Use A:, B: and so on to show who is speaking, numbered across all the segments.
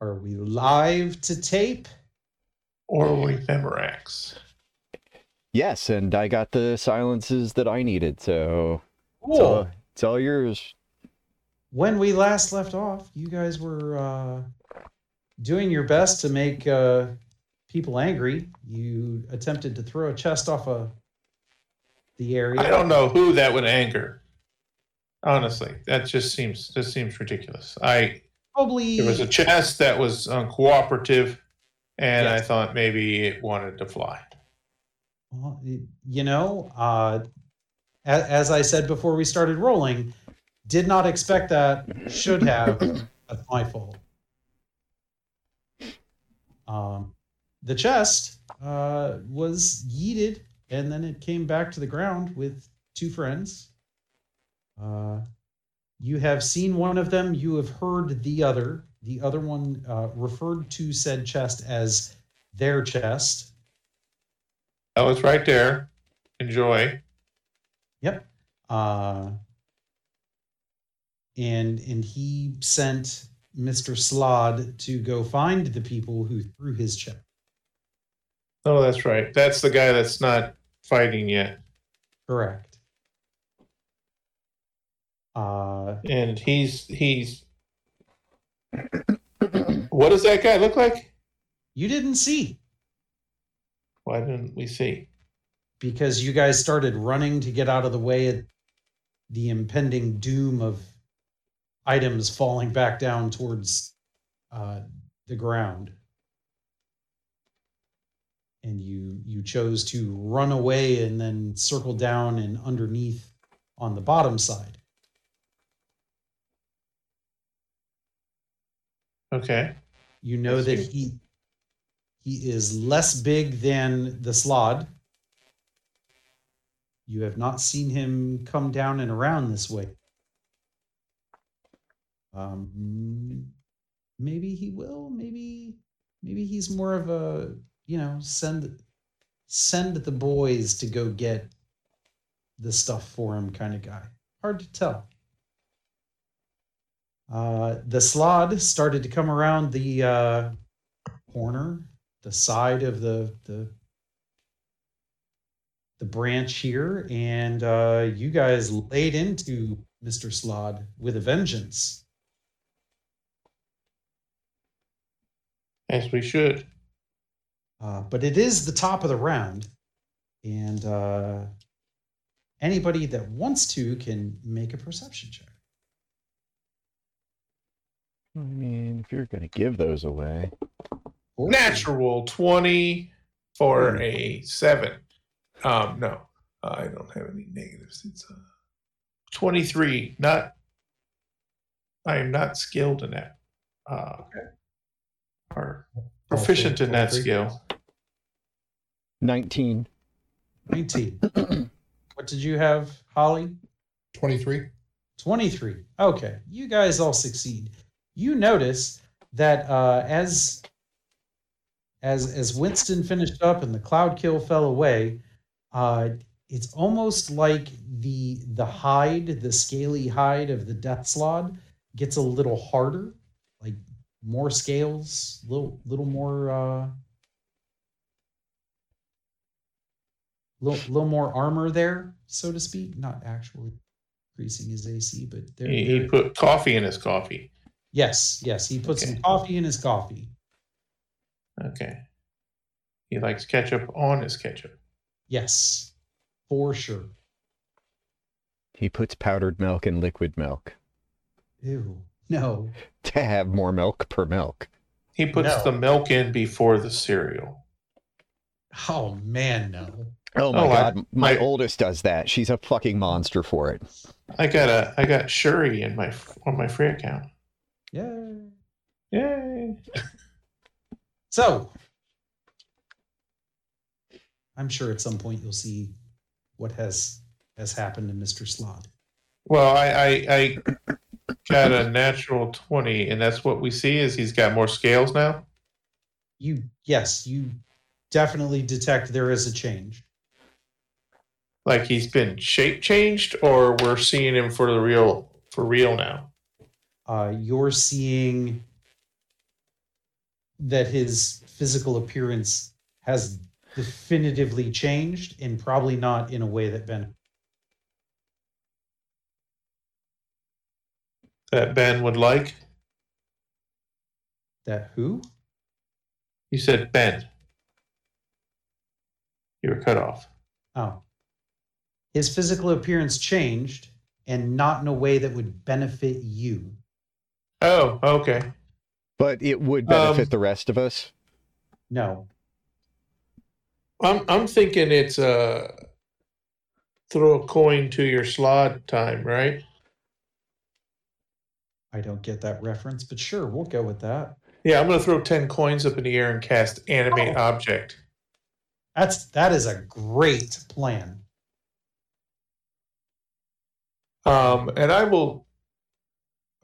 A: Are we live to tape?
B: Or with Emirax.
C: Yes, and I got the silences that I needed, so it's all, it's all yours.
A: When we last left off, you guys were uh, doing your best to make uh, people angry. You attempted to throw a chest off a the area.
B: I don't know who that would anger. Honestly, that just seems that seems ridiculous. I
A: Probably
B: It was a chest that was uncooperative, and
A: Yes.
B: I thought maybe it wanted to fly.
A: Well, y- you know, uh, as, as I said before we started rolling, did not expect that. Should have. That's my fault. Um, the chest uh, was yeeted, and then it came back to the ground with two friends. Uh, you have seen one of them. You have heard the other. The other one uh, referred to said chest as their chest.
B: Oh, it's right there. Enjoy.
A: Yep. Uh, and and he sent Mr. Slod to go find the people who threw his check.
B: Oh, that's right. That's the guy that's not fighting yet,
A: Correct. Uh,
B: and he's he's. what does that guy look like?
A: you didn't see
B: Why didn't we see?
A: because you guys started running to get out of the way at the impending doom of items falling back down towards uh, the ground and you you chose to run away and then circle down and underneath on the bottom side
B: Okay.
A: you know that
B: Excuse-
A: he he is less big than the slod you have not seen him come down and around this way um maybe he will maybe maybe he's more of a you know send send the boys to go get the stuff for him kind of guy hard to tell uh, the slod started to come around the uh, corner, the side of the the the branch here, and uh, you guys laid into Mister Slod with a vengeance.
B: As we should.
A: Uh, but it is the top of the round, and uh, anybody that wants to can make a perception check.
C: I mean, if you're gonna give those away,
A: Or-
B: Natural twenty for a seven. Um, no, I don't have any negatives. It's uh, twenty-three. Not. I am not skilled in that. Uh, Or proficient in that skill.
C: nineteen.
A: Nineteen. what did you have, Holly?
D: 23.
A: 23. Okay. You guys all succeed. You notice that uh, as as as Winston finished up and the cloud kill fell away, uh, it's almost like the the hide, the scaly hide of the death slod gets a little harder, like more scales, little little more uh little, little more armor there, so to speak. Not actually increasing his AC, but there,
B: He,
A: there-
B: he put coffee in his coffee.
A: Yes, yes. He put some
B: Okay.
A: coffee in his coffee.
B: Okay. He likes ketchup on his ketchup.
A: Yes, for sure.
C: He puts powdered milk and liquid milk
A: Ew. No.
C: to have more milk per milk.
B: He puts
A: No.
B: the milk in before the cereal.
A: Oh man, no.
C: Oh my
B: Oh, I-
C: god, my
B: I-
C: oldest does that. She's a fucking monster for it.
B: I got a I got Shuri in my on my free account.
A: Yeah.
B: Yay!
A: So I'm sure at some point you'll see what has has happened to Mr. Slot.
B: Well, I, I I got a natural twenty, and that's what we see is he's got more scales now.
A: You yes, you definitely detect there is a change.
B: Like he's been shape changed, or we're seeing him for the real for real now.
A: Uh, you're seeing that his physical appearance has definitively changed and probably not in a way that Ben
B: that Ben would like?
A: that who?
B: You said Ben. You were cut off.
A: Oh. His physical appearance changed and not in a way that would benefit you.
B: Oh, okay.
C: But it would benefit
B: Um,
C: the rest of us.
A: No.
B: I'm I'm thinking it's uh throw a coin to your slot time, right?
A: I don't get that reference, but sure, we'll go with that.
B: Yeah, I'm gonna throw ten coins up in the air and cast animate
A: Oh.
B: object.
A: That's that is a great plan.
B: Um, and I will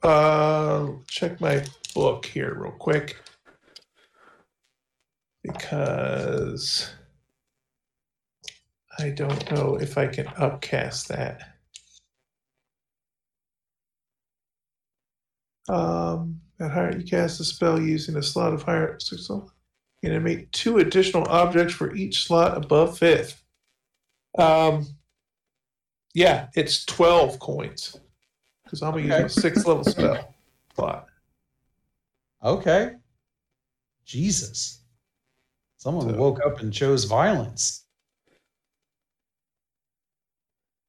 B: uh, check my book here real quick because I don't know if I can upcast that. Um, at higher, you cast a spell using a slot of higher six. so You can make two additional objects for each slot above fifth. Um, yeah, it's 12 coins. Because I'm going to
A: Okay.
B: use a six level spell slot.
A: Okay. Jesus. Someone
B: So-
A: woke up and chose violence.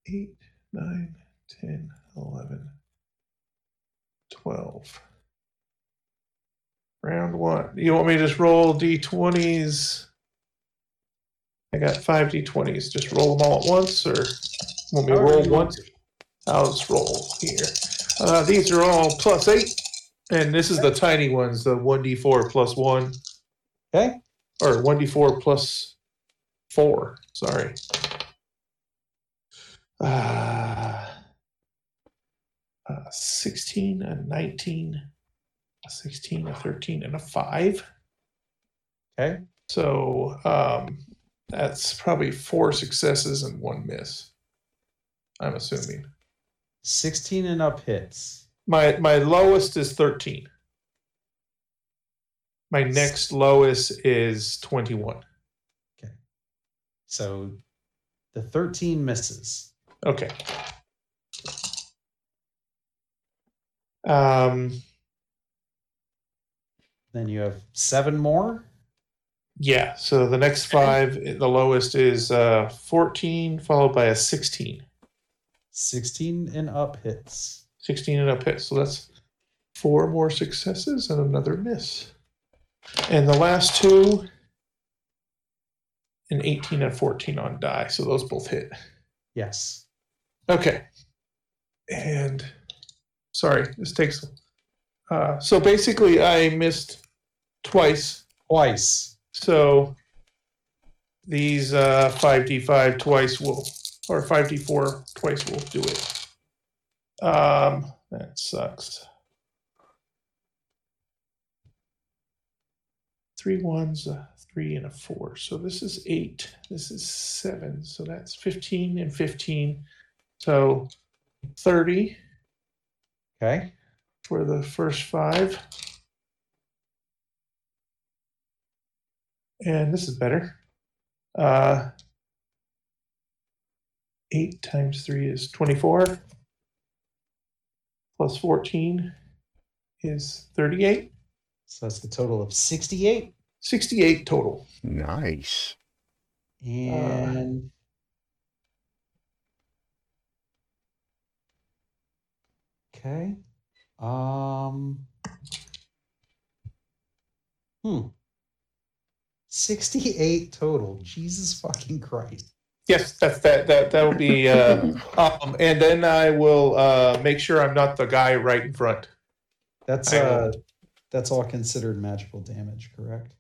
B: Eight, nine, 10, 11, 12. Round one. You want me to just roll d20s? I got five d20s. Just roll them all at once, or when we
A: However
B: roll
A: you want
B: once, I'll just roll here. Uh, these are all plus eight, and this is the tiny ones, the 1d4 plus one.
A: Okay.
B: or 1d4 plus 4. Sorry. Uh, uh, 16, a 19, a 16, a 13, and a 5.
A: Okay.
B: So um, that's probably four successes and one miss, I'm assuming.
A: 16 and up hits.
B: My my lowest is 13. My next lowest is 21.
A: So the 13 misses.
B: Okay. Um,
A: Then you have seven more.
B: yeah, so the next five, the lowest is uh, 14, followed by a 16.
A: 16 and up hits.
B: 16 and up hit. So that's four more successes and another miss. And the last two, an 18 and 14 on die. So those both hit.
A: Yes.
B: Okay. And sorry, this takes. Uh, so basically, I missed twice.
A: Twice.
B: So these uh, 5d5 twice will, or 5d4 twice will do it. Um, that sucks. Three ones, a three, and a four. So this is eight. This is seven. So that's 15 and 15. So 30
A: Okay.
B: for the first five. And this is better. Uh, eight times three is 24. Plus 14 is 38.
A: So that's the total of 68.
B: 68 total.
C: Nice.
B: Uh,
A: And okay. Um. Hmm. Sixty-eight total. Jesus fucking Christ.
B: Yes, that's that. That that will be. Uh, um, and then I will uh, make sure I'm not the guy right in front.
A: That's
B: I
A: uh, that's all considered magical damage, correct?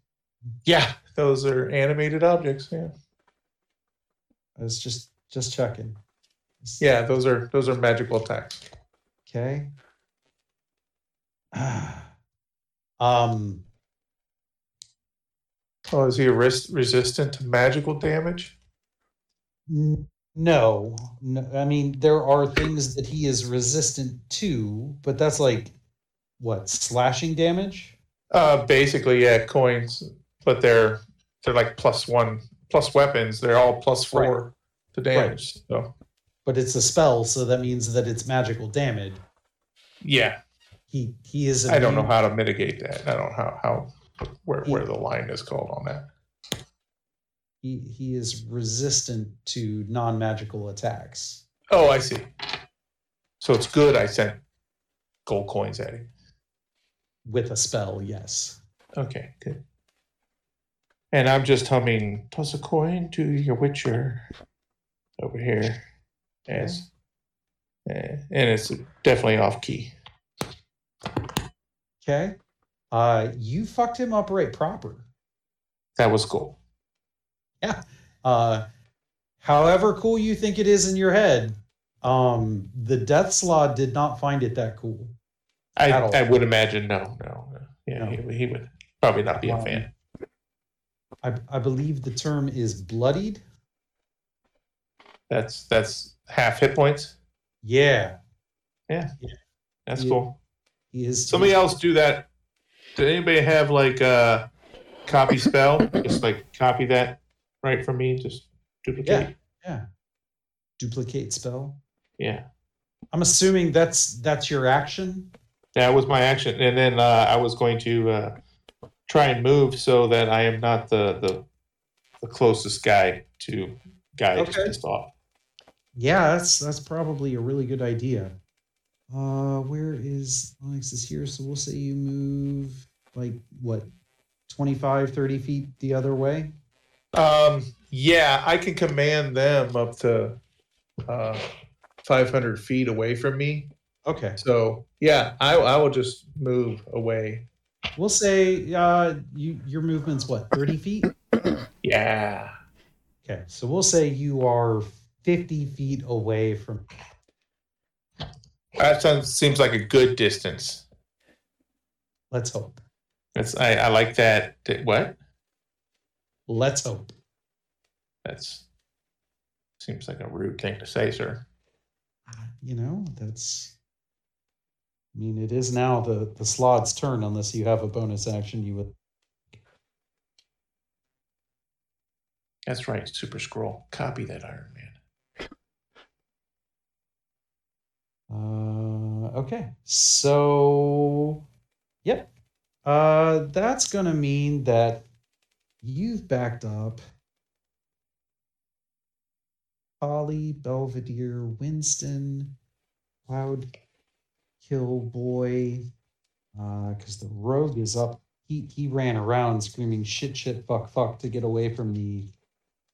B: Yeah, those are animated objects. Yeah,
A: I was just just checking.
B: yeah, those are those are magical attacks.
A: Okay. um.
B: Oh, is he a res- resistant to magical damage?
A: N- No, no, I mean there are things that he is resistant to, but that's like what slashing damage.
B: Uh, basically, yeah, coins, but they're they're like plus one, plus weapons. They're all plus four to damage. So
A: But it's a spell, so that means that it's magical damage.
B: yeah,
A: He he is.
B: I don't know
A: immune-
B: how to mitigate that. I don't know how how where where the line is called on that.
A: He he is resistant to non-magical attacks.
B: Oh, I see. So it's good. I sent gold coins at him.
A: with a spell, yes.
B: Okay, good. And I'm just humming toss a coin to your witcher over here. Yes. Eh, And it's definitely off key.
A: Okay. Uh, you fucked him up right proper.
B: That was cool.
A: Uh, however cool you think it is in your head, um, the Death's Law did not find it that cool.
B: I,
A: At all.
B: I would imagine no, no. no. Yeah, He, he would probably not be a
A: Um,
B: fan.
A: I, I believe the term is bloodied.
B: That's that's half hit points.
A: Yeah.
B: That's
A: Yeah.
B: cool.
A: He is
B: Somebody else do that. Did anybody have like a copy spell? just like copy that right from me. Just duplicate.
A: duplicate spell.
B: yeah.
A: I'm assuming that's that's your action.
B: That was my action, and then uh, I was going to uh, try and move so that I am not the the, the closest guy to guy I just
A: Okay.
B: pissed off.
A: Yeah, that's that's probably a really good idea. Uh where is Onyx is here, so we'll say you move like what 25, 30 feet the other way.
B: Um, yeah, I can command them up to uh, 500 feet away from me.
A: Okay.
B: So yeah, I, I will just move away.
A: We'll say uh you your movement's what, 30 feet?
B: Yeah,
A: Okay. So we'll say you are 50 feet away from
B: that sounds seems like a good distance.
A: let's hope.
B: That's I, I like that. that- What?
A: Let's hope.
B: That's seems like a rude thing to say, sir.
A: You know, that's I mean it is now the the slot's turn unless you have a bonus action you would
B: That's right, Super Scroll. Copy that, Iron Man.
A: Uh, okay. So, yep. Uh, that's going to mean that you've backed up Polly, Belvedere, Winston, Cloud, Kill Boy, because the rogue is up. He, he ran around screaming shit, shit, fuck, fuck to get away from the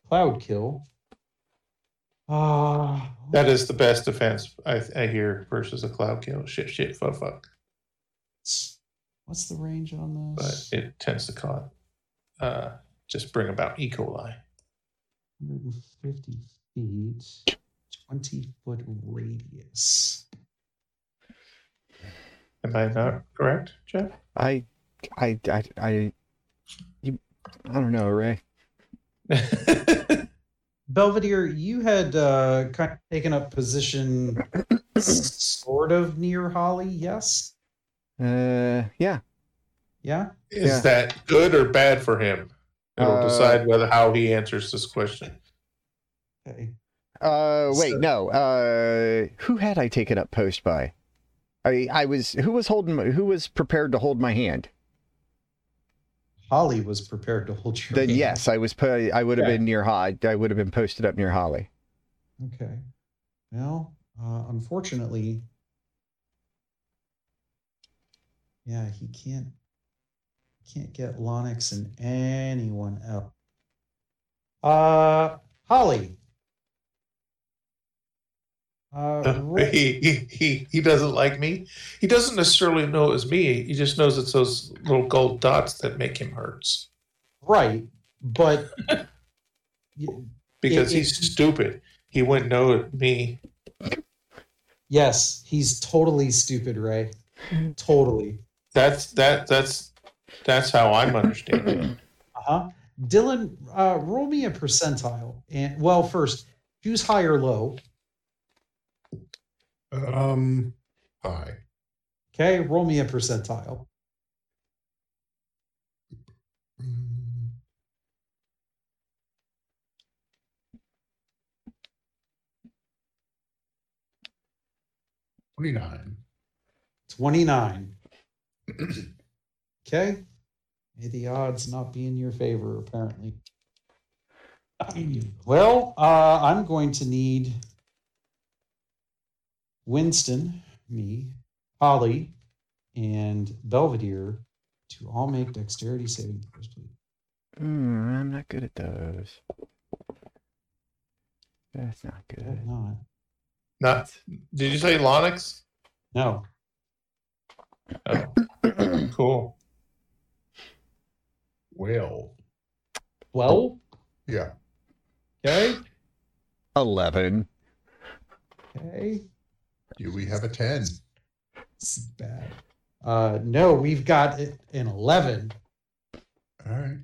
A: Cloud Kill. Uh,
B: That is the best defense I, I hear versus a cloud kill. Shit, shit, fuck, fuck.
A: What's the range on
B: But
A: this?
B: it tends to cause uh, just bring about E. coli.
A: 150 feet, 20 foot radius.
B: Am I not correct, Jeff?
C: I, I, I, I, you, I don't know, Ray.
A: Belvedere, you had uh, kind of taken up position sort of near Holly, yes?
C: Uh, yeah.
A: Yeah?
B: is
C: Yeah.
B: that good or bad for him? It'll
C: Uh,
B: decide whether how he answers this question.
A: Okay.
C: Uh, wait,
B: So-
C: no. Uh, who had I taken up post by? I, I was. Who was holding? my- Who was prepared to hold my hand?
A: Holly was prepared to hold your
C: Then
A: hand.
C: yes, I was. Put, I would have
B: Yeah.
C: been near Holly. I would have been posted up near Holly.
A: Okay. Well, uh, unfortunately, yeah, he can't can't get Lonix and anyone else. Uh, Holly. Uh, roll,
B: he, he, he, he doesn't like me. He doesn't necessarily know it was me. He just knows it's those little gold dots that make him hurts
A: right, but y-
B: because
A: It-
B: he's
A: it-
B: stupid. He wouldn't know it me.
A: yes, he's totally stupid, Ray. Totally.
B: That's that that's that's how I'm understanding. it.
A: Uh-huh. Dylan, uh, roll me a percentile. And well, first, choose high or low.
D: Um, hi.
A: Um, Okay, roll me a percentile.
D: 29.
A: 29. okay. May the odds not be in your favor, apparently. Well, uh, I'm going to need Winston, me, Holly, and Belvedere to all make dexterity saving throws, please.
C: Mm, I'm not good at those. That's not
A: Good.
C: good.
A: Not.
B: Not. Did you say Lonix?
A: No.
B: Cool.
D: Well,
A: Well,
D: yeah.
A: okay.
C: 11.
A: Okay.
D: Do we have a 10?
A: This is bad. Uh, no, we've got it- an 11
D: All right.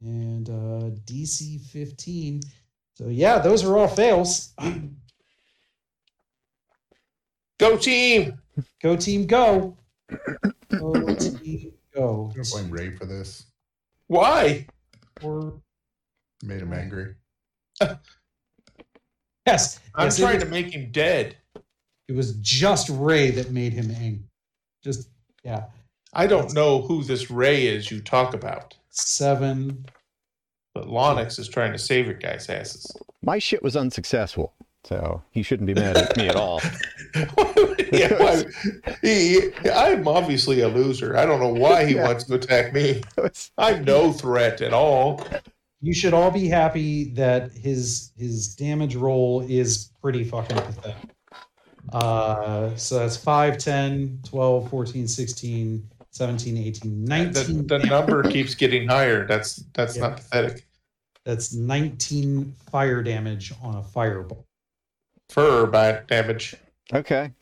A: and uh, DC 15. So, yeah, those are all fails.
B: Go team!
A: Go team, go. Go team, go.
D: I'm going to blame Ray for this.
B: Why?
A: Or-
D: Made him angry.
A: yes.
B: I'm
A: yes, it
B: trying
A: was-
B: to make him dead.
A: It was just Ray that made him angry. Just, yeah.
B: I don't know who this Ray is you talk about,
A: Seven.
B: but Lonix is trying to save your guy's asses.
C: My shit was unsuccessful, so he shouldn't be mad at me at all.
B: yeah, why- he, he- I'm obviously a loser. I don't know why he
C: Yeah.
B: wants to attack me.
C: That was-
B: I'm no threat at all.
A: You should all be happy that his his damage roll is pretty fucking pathetic. Uh, so that's 5, 10, 12, 14, 16, 17, 18, 19.
B: The, the number keeps getting higher. That's that's
A: Yeah.
B: not pathetic.
A: That's 19 fire damage on a fireball.
B: Fur by damage.
C: okay.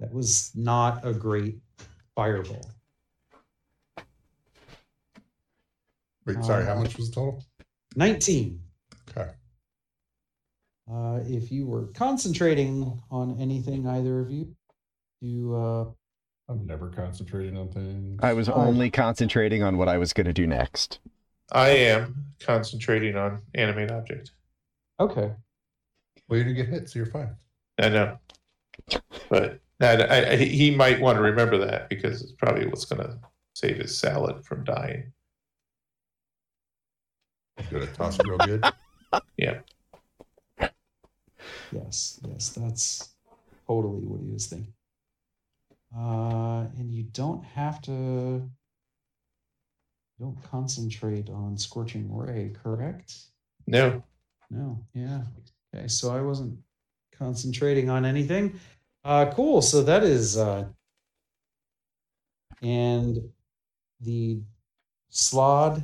A: That was not a great fireball.
D: Wait, sorry. How much was the total?
A: 19.
D: Okay.
A: Uh, if you were concentrating on anything, either of you, you uh,
D: I'm never concentrating on things.
C: I was
A: Oh.
C: only concentrating on what I was going to do next.
B: I am concentrating on animate object.
A: okay.
D: Well, you didn't get hit, so you're fine.
B: I know, but that I, I, he might want to remember that because it's probably what's going to save his salad from dying.
D: Good. I tossed real good.
A: Yes, yes, that's totally what he was thinking. Uh, and you don't have to you don't concentrate on scorching ray, correct?
B: No,
A: No, yeah. Okay, so I wasn't concentrating on anything. Uh, cool. So that is, uh, and the slod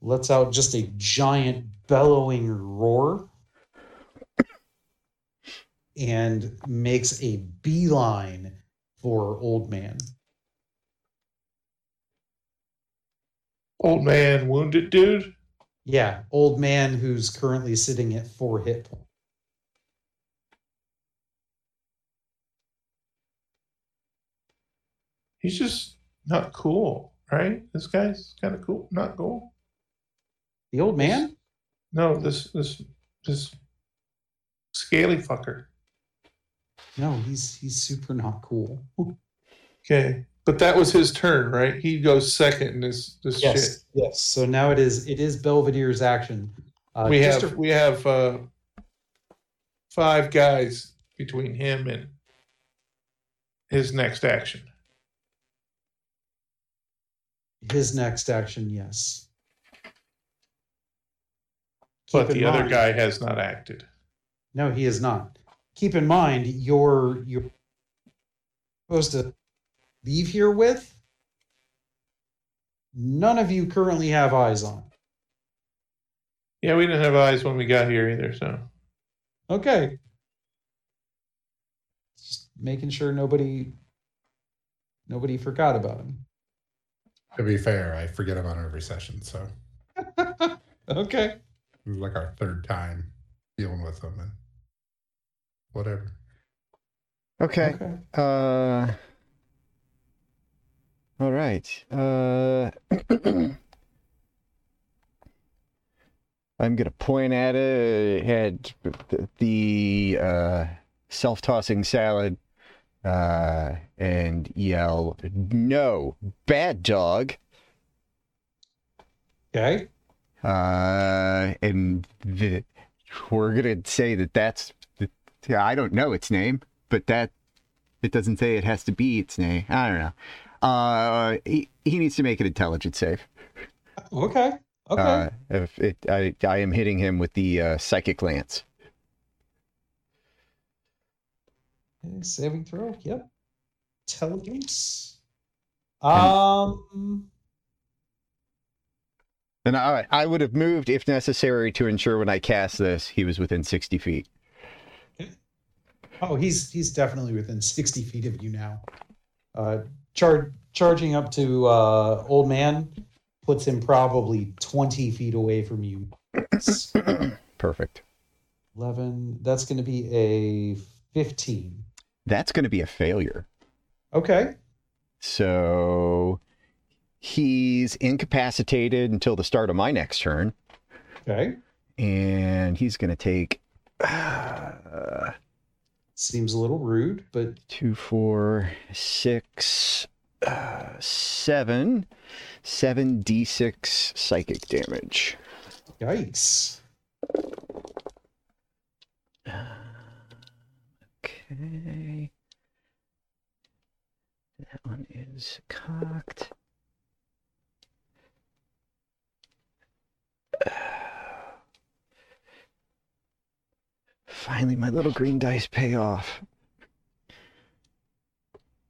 A: lets out just a giant bellowing roar and makes a beeline for old man.
B: old man, wounded dude.
A: Yeah, old man who's currently sitting at four hit points.
B: He's just not cool, right? This guy's kind of cool, not cool.
A: The old man?
B: No, this this this scaly fucker.
A: No, he's he's super not cool.
B: Okay, but that was his turn, right? He goes second in this this
A: yes,
B: shit.
A: yes. So now it is it is Belvedere's action. Uh,
B: we
A: just
B: have
A: a-
B: we have uh, five guys between him and his next action.
A: his next action. Yes,
B: but
A: Keep in
B: the other
A: mind-
B: guy has not acted.
A: No, he is not. Keep in mind, you're you're supposed to leave here with. None of you currently have eyes on.
B: Yeah, we didn't have eyes when we got here either, so
A: Okay. Just making sure nobody nobody forgot about him.
D: To be fair, I forget about it every session, so
A: Okay.
D: it was like our third time dealing with them and whatever.
C: Okay.
A: okay.
C: Uh, all right. Uh, I'm gonna point at it at the uh,
E: self tossing salad uh, and yell, No, bad dog.
A: Okay.
E: Uh, and the, we're going to say that that's, I don't know its name, but that it doesn't say it has to be its name. I don't know. Uh, he, he needs to make an intelligence save.
A: Okay. Okay.
E: Uh, if it, I, I am hitting him with the uh, psychic lance.
A: Okay, Saving throw. Yep. Intelligence. Um.
E: And I, I would have moved if necessary to ensure when I cast this, he was within 60 feet.
A: Oh, he's he's definitely within sixty feet of you now. Uh, char- charging up to uh, old man puts him probably twenty feet away from you. It's
E: Perfect.
A: Eleven. That's going to be a fifteen.
E: That's going to be a failure.
A: Okay.
E: So he's incapacitated until the start of my next turn,
A: Okay.
E: and he's going to take. Uh,
A: Seems a little rude, but
E: two, four, six, uh, seven, seven d6 psychic damage.
A: yikes.
E: Okay. That one is cocked. Finally, my little green dice pay off.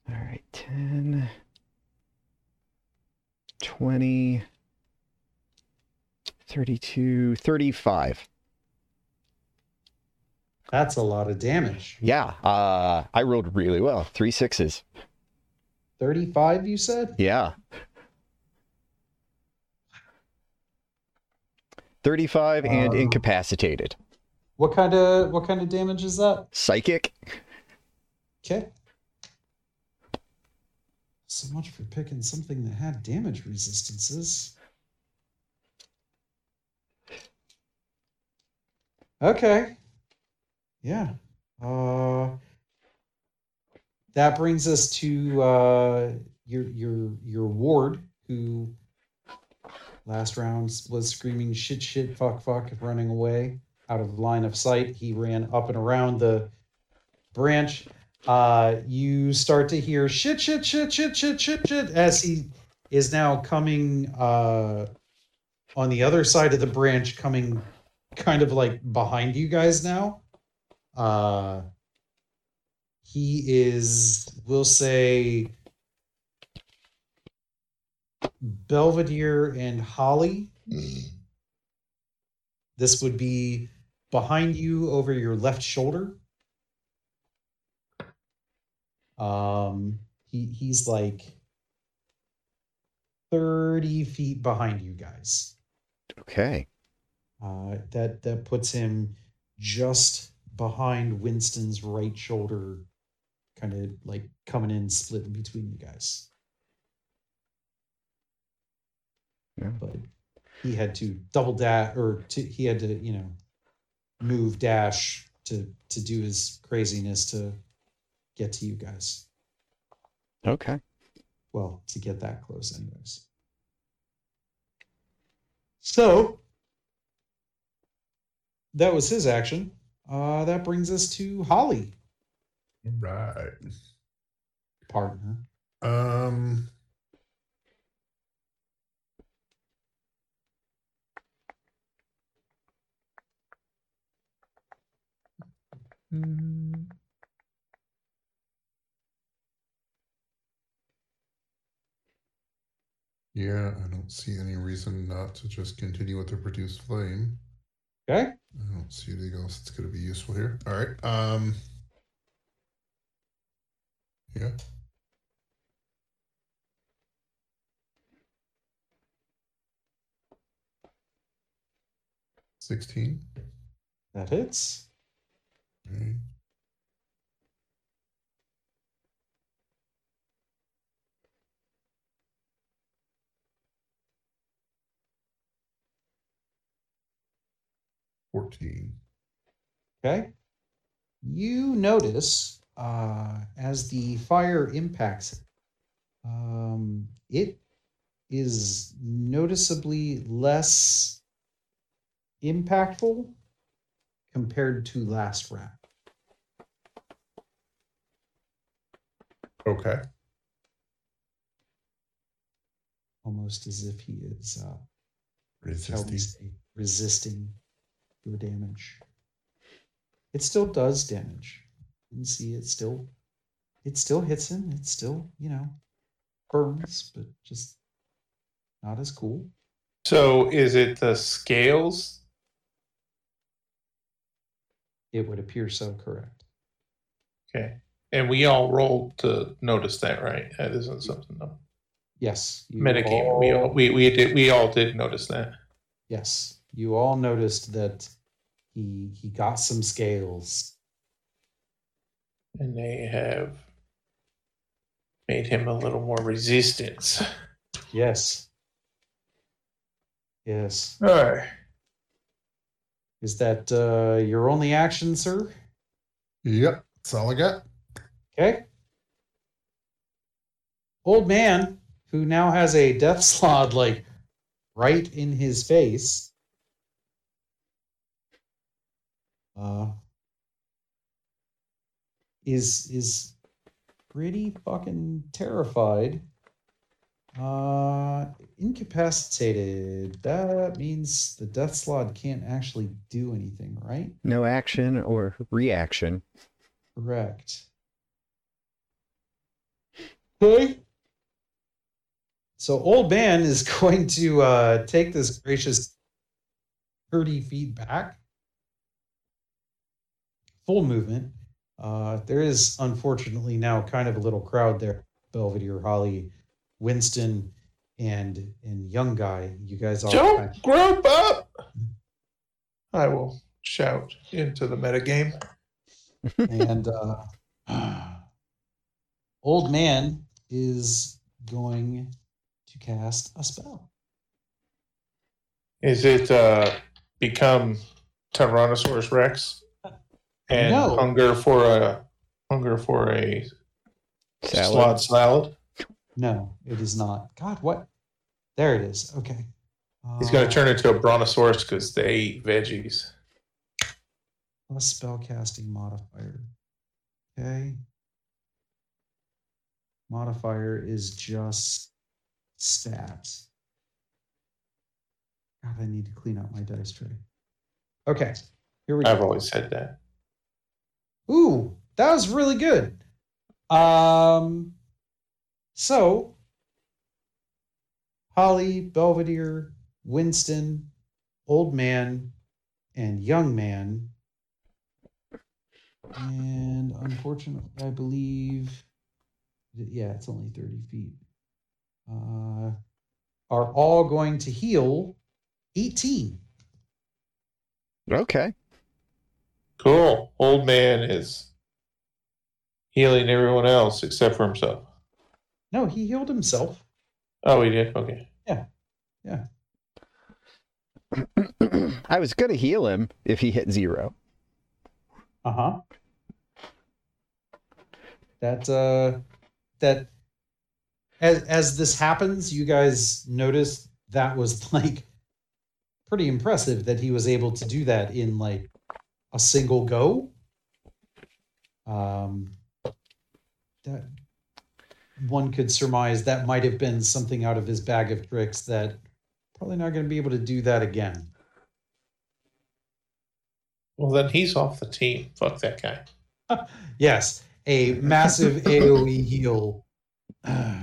E: All right, 10, 20, 32, 35.
A: That's a lot of damage.
E: Yeah, uh, I rolled really well. Three sixes.
A: Thirty-five, you said.
E: Yeah. 35 and
A: Um,
E: incapacitated.
A: What kind of what kind of damage is that?
E: Psychic?
A: Okay. So much for picking something that had damage resistances. Okay. Yeah. Uh, that brings us to uh, your your your ward who last round was screaming shit shit fuck fuck running away out of line of sight. He ran up and around the branch uh, you start to hear shit, shit, shit, shit, shit, shit, shit, as he is now coming uh, on the other side of the branch, coming kind of like behind you guys now. Uh, he is, we'll say, Belvedere and Holly. This would be behind you over your left shoulder. Um, he he's like thirty feet behind you guys.
E: Okay.
A: Uh, that that puts him just behind Winston's right shoulder, kind of like coming in, splitting between you guys.
E: Yeah.
A: But he had to double dash, or to, he had to, you know, move dash to to do his craziness to get to you guys.
E: Okay.
A: well, to get that close, anyways. So that was his action. Uh, that brings us to Holly,
D: Right.
A: partner.
D: Um. mm, Yeah, I don't see any reason not to just continue with the produce flame.
A: Okay.
D: I don't see anything else that's going to be useful here. All right. Um. Yeah. Sixteen.
A: That hits.
D: Okay. Fourteen.
A: Okay. you notice uh, as the fire impacts it, um, it is noticeably less impactful compared to last round.
B: Okay.
A: almost as if he is uh, how we
D: Resisting.
A: say, resisting your damage. It still does damage. You can see it still, it still hits him. It still, you know, burns, but just not as cool.
B: So is it the scales?
A: It would appear so, correct?
B: Okay. And we all rolled to notice that, right? That isn't something no.
A: Yes. you
B: Metagame. we all we, we did we all did notice that.
A: Yes, you all noticed that he he got some scales.
B: And they have made him a little more resistance.
A: Yes. Yes.
B: All right.
A: Is that uh, your only action, sir?
D: Yep, that's all I got.
A: Okay. Old man, who now has a death slot like right in his face, uh, is is pretty fucking terrified. Uh, incapacitated. That means the death slot can't actually do anything, right?
C: No action or reaction.
A: Correct. Okay. So old man is going to uh, take this gracious 30 feet back. Full movement. Uh, there is unfortunately now kind of a little crowd there. Belvedere, Holly, Winston, and and young guy. You guys all
B: Don't group up. I will shout into the metagame.
A: and uh, old man is going to cast a spell.
B: Is it uh become Tyrannosaurus Rex? And
A: No.
B: hunger for a hunger for a
C: Salad.
B: slot salad.
A: No, it is not. God, what? There it is. Okay.
B: He's going
A: Uh,
B: to turn into a brontosaurus because they eat veggies.
A: plus Uh, spell casting modifier. Okay. Modifier is just stats. God, I need to clean up my dice tray. Okay. Here we go.
B: I've always said that.
A: Ooh, that was really good. Um, so Holly, Belvedere, Winston, Old Man, and Young Man, and unfortunately, I believe, yeah, it's only thirty feet. Uh, are all going to heal eighteen.
C: Okay.
B: Cool. Old man is healing everyone else except for himself.
A: No, he healed himself.
B: Oh, he did. Okay.
C: I was gonna heal him if he hit zero.
A: Uh huh. That uh, that as as this happens, you guys notice that was like pretty impressive that he was able to do that in like a single go. Um, that one could surmise that might have been something out of his bag of tricks that probably not going to be able to do that again.
B: Well, then he's off the team. Fuck that guy.
A: Yes, a E massive AoE heal uh,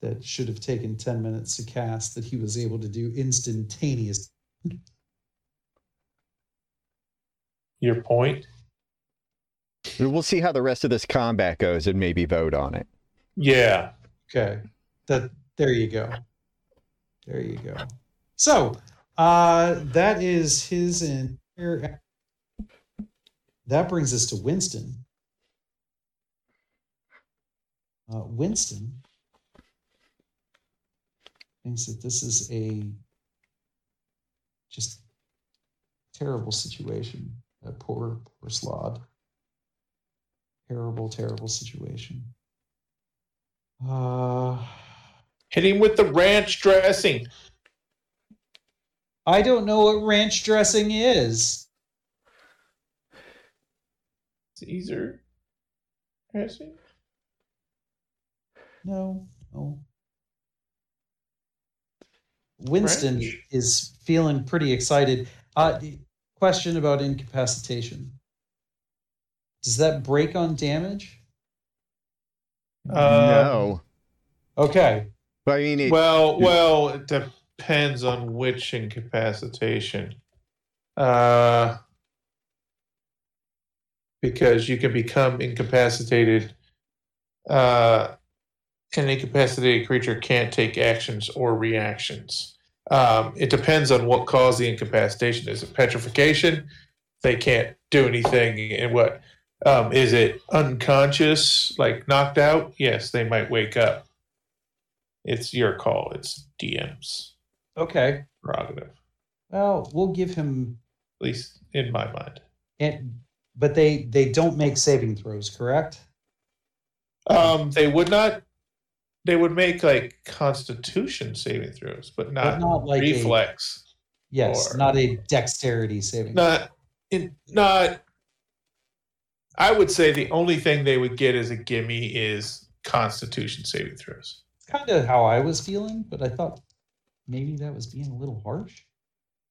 A: that should have taken 10 minutes to cast that he was able to do instantaneous.
B: Your point?
C: We'll see how the rest of this combat goes and maybe vote on it.
B: Yeah.
A: Okay. That there you go. There you go. So, uh that is his entire That brings us to Winston. Uh, Winston thinks that this is a just terrible situation. Uh, poor, poor slob. Terrible, terrible situation. Uh,
B: Hit him with the ranch dressing.
A: I don't know what ranch dressing is.
B: Caesar dressing?
A: No, no. Winston
B: Ranch?
A: is feeling pretty excited. Uh, question about incapacitation. Does that break on damage?
C: Um,
E: Uh,
C: no,
A: Okay.
C: but I mean, it,
B: Well, well, it depends on which incapacitation. Uh, because you can become incapacitated. Uh, an incapacitated creature can't take actions or reactions. Um, it depends on what caused the incapacitation. Is it petrification? They can't do anything. And what um, is it? Unconscious, like knocked out? Yes, they might wake up it's your call. It's DM's
A: Okay.
B: prerogative,
A: Well, we'll give him
B: at least in my mind.
A: And but they they don't make saving throws, correct?
B: Um, they would not. They would make like Constitution saving throws,
A: But
B: but not,
A: not like a
B: reflex.
A: yes,
B: or-
A: not a dexterity saving.
B: Not in not. I would say the only thing they would get as a gimme is Constitution saving throws.
A: Kind of how I was feeling, but I thought maybe that was being a little harsh.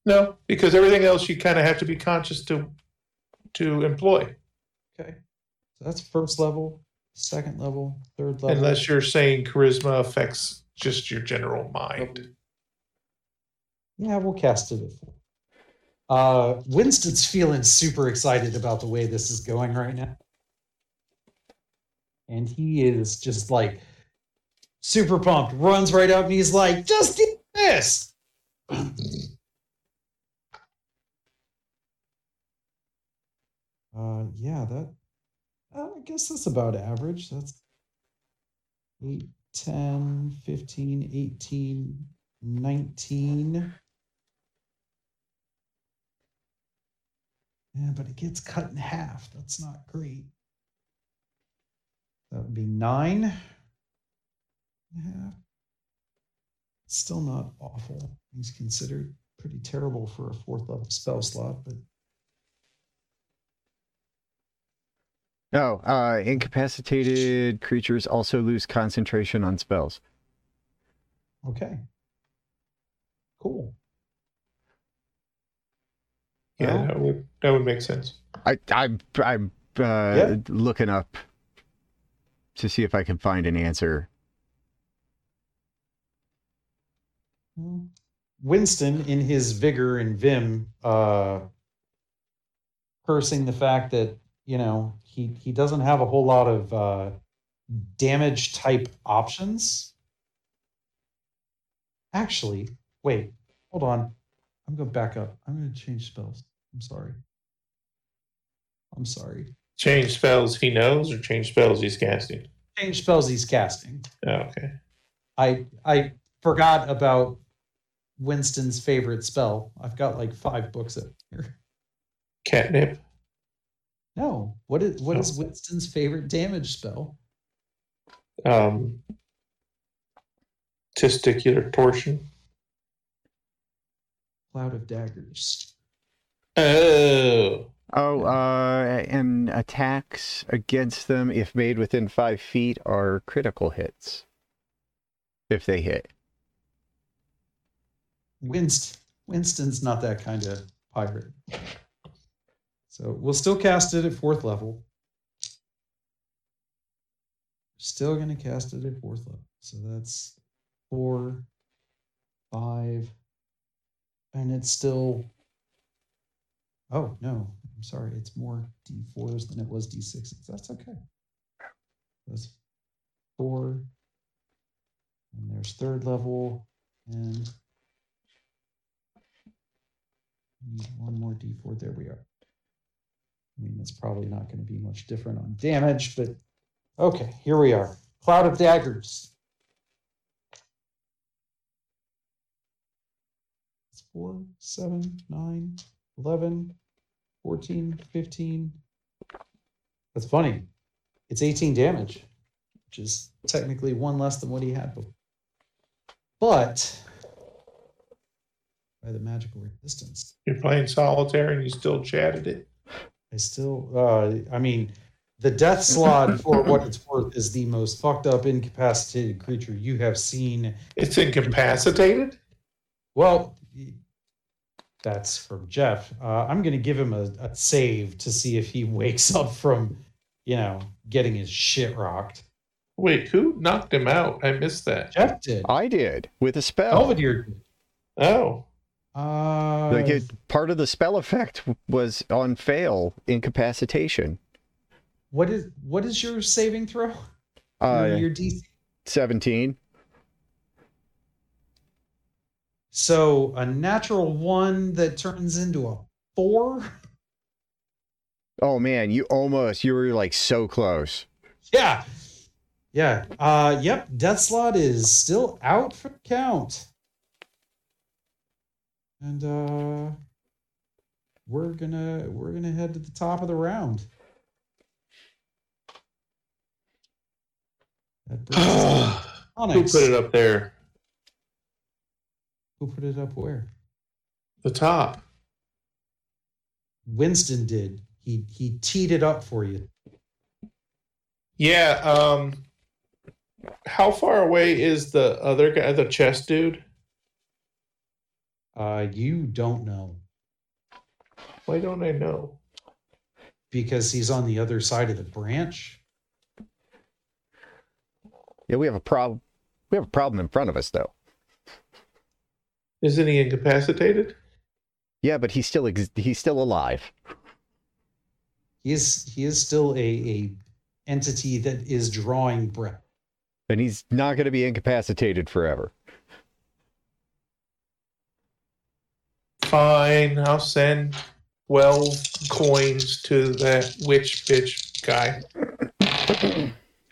B: No, because everything else you kind of have to be conscious to to employ,
A: Okay, so that's first level, second level, third level.
B: unless you're saying charisma affects just your general mind.
A: Yeah, we'll cast it at four. Uh, Winston's feeling super excited about the way this is going right now. And he is just like super pumped, runs right up and he's like, just do this. Uh, yeah, that, uh, I guess that's about average. That's 8, 10, 15, 18, 19. Yeah, but it gets cut in half. That's not great. That would be nine and a half. Still not awful. Things considered pretty terrible for a fourth level spell slot, but
C: no. Uh, incapacitated creatures also lose concentration on spells.
A: okay. Cool.
B: Yeah,
A: Well,
B: that would that would make sense.
C: I, I'm, I'm uh,
A: Yeah.
C: looking up to see if I can find an answer.
A: Well, Winston, in his vigor and vim, uh, cursing the fact that you know he he doesn't have a whole lot of uh, damage type options. Actually, wait, hold on. I'm going to back up. I'm going to change spells. I'm sorry. I'm sorry.
B: Change spells he knows, or change spells he's casting.
A: Change spells he's casting.
B: Oh, okay.
A: I I forgot about Winston's favorite spell. I've got like five books up here.
B: Catnip.
A: No. What is what
B: No.
A: is Winston's favorite damage spell?
B: Um, testicular torsion.
A: Cloud of daggers.
B: Oh,
C: Oh, uh, and attacks against them, if made within five feet, are critical hits. If they hit.
A: Winston Winston's not that kind of pirate. So we'll still cast it at fourth level. Still gonna cast it at fourth level. So that's four, five, and it's still oh no, I'm sorry, it's more D4s than it was D6s. That's okay. That's four. And there's third level and Need one more d4. There we are. I mean, that's probably not going to be much different on damage, but okay, here we are. Cloud of daggers. It's 4, 7, 9, 11, 14, 15, 16, 17, 18, 19, 20, 21, 22, 23, 24, 25, 26, 27, 28, 29, 30, 31, 32, 33, 34, 35, 36, 37, 38, 39, 40, 41, 42, 43, 44, 45, 46, 47, 48, 49, 50. 14, 15. That's funny. It's 18 damage, which is technically one less than what he had before. But by the magical resistance,
B: You're playing solitaire and you still chatted it.
A: I still, uh, I mean, the death slot, for what it's worth, is the most fucked up, incapacitated creature you have seen.
B: It's incapacitated.
A: Well, that's from Jeff. Uh, I'm going to give him a, a save to see if he wakes up from, you know, getting his shit rocked.
B: Wait, who knocked him out? I missed that.
A: Jeff did.
E: I did with a spell.
A: Belvedere did.
B: Oh,
A: Uh,
E: Like it, part of the spell effect was on fail incapacitation.
A: what is what is your saving throw?
E: Uh,
A: your DC.
E: Seventeen.
A: So a natural one that turns into a four.
E: Oh man, you almost you were like so close.
A: Yeah. Yeah. Uh yep, death slot is still out for count. And uh we're gonna we're gonna head to the top of the round. That brings us to
B: who
A: Onyx.
B: put it up there?
A: Who put it up where?
B: The top.
A: Winston did. He he teed it up for you.
B: Yeah. Um. How far away is the other guy, the chess dude?
A: Uh you don't know
B: Why don't I know?
A: because he's on the other side of the branch.
E: Yeah, we have a problem. We have a problem in front of us though.
B: Isn't he incapacitated?
E: Yeah, but he's still ex- he's still alive.
A: he is he is still a, a entity that is drawing breath.
E: And he's not going to be incapacitated forever.
B: Fine. I'll send twelve coins to that witch bitch guy.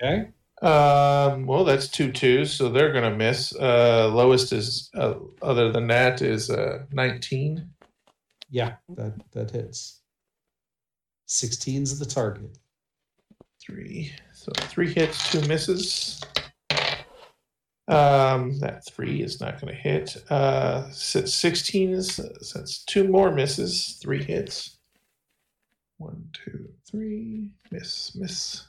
A: Okay.
B: Um, well, that's two twos, so they're gonna miss. Uh, lowest is uh, other than that is uh, nineteen.
A: Yeah, that that hits. 16's the target.
B: Three, so three hits, two misses. Um, that three is not gonna hit. Uh, si- sixteen is that's two more misses, three hits. One, two, three, miss, miss.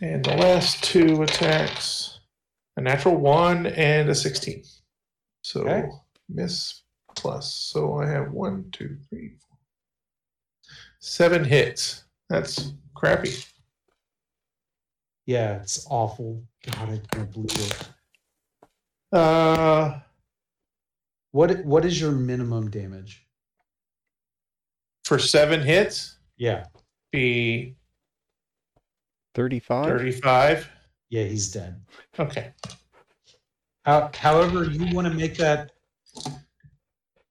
B: And the last two attacks, a natural one and a sixteen. So
A: Okay.
B: miss plus. So I have one, two, three, four, seven hits. That's crappy.
A: Yeah, it's awful. God, I can't believe it.
B: Uh,
A: What what is your minimum damage?
B: for seven hits,
A: Yeah.
B: be
E: 35?
B: thirty-five.
A: Yeah, he's dead.
B: Okay.
A: How, however you want to make that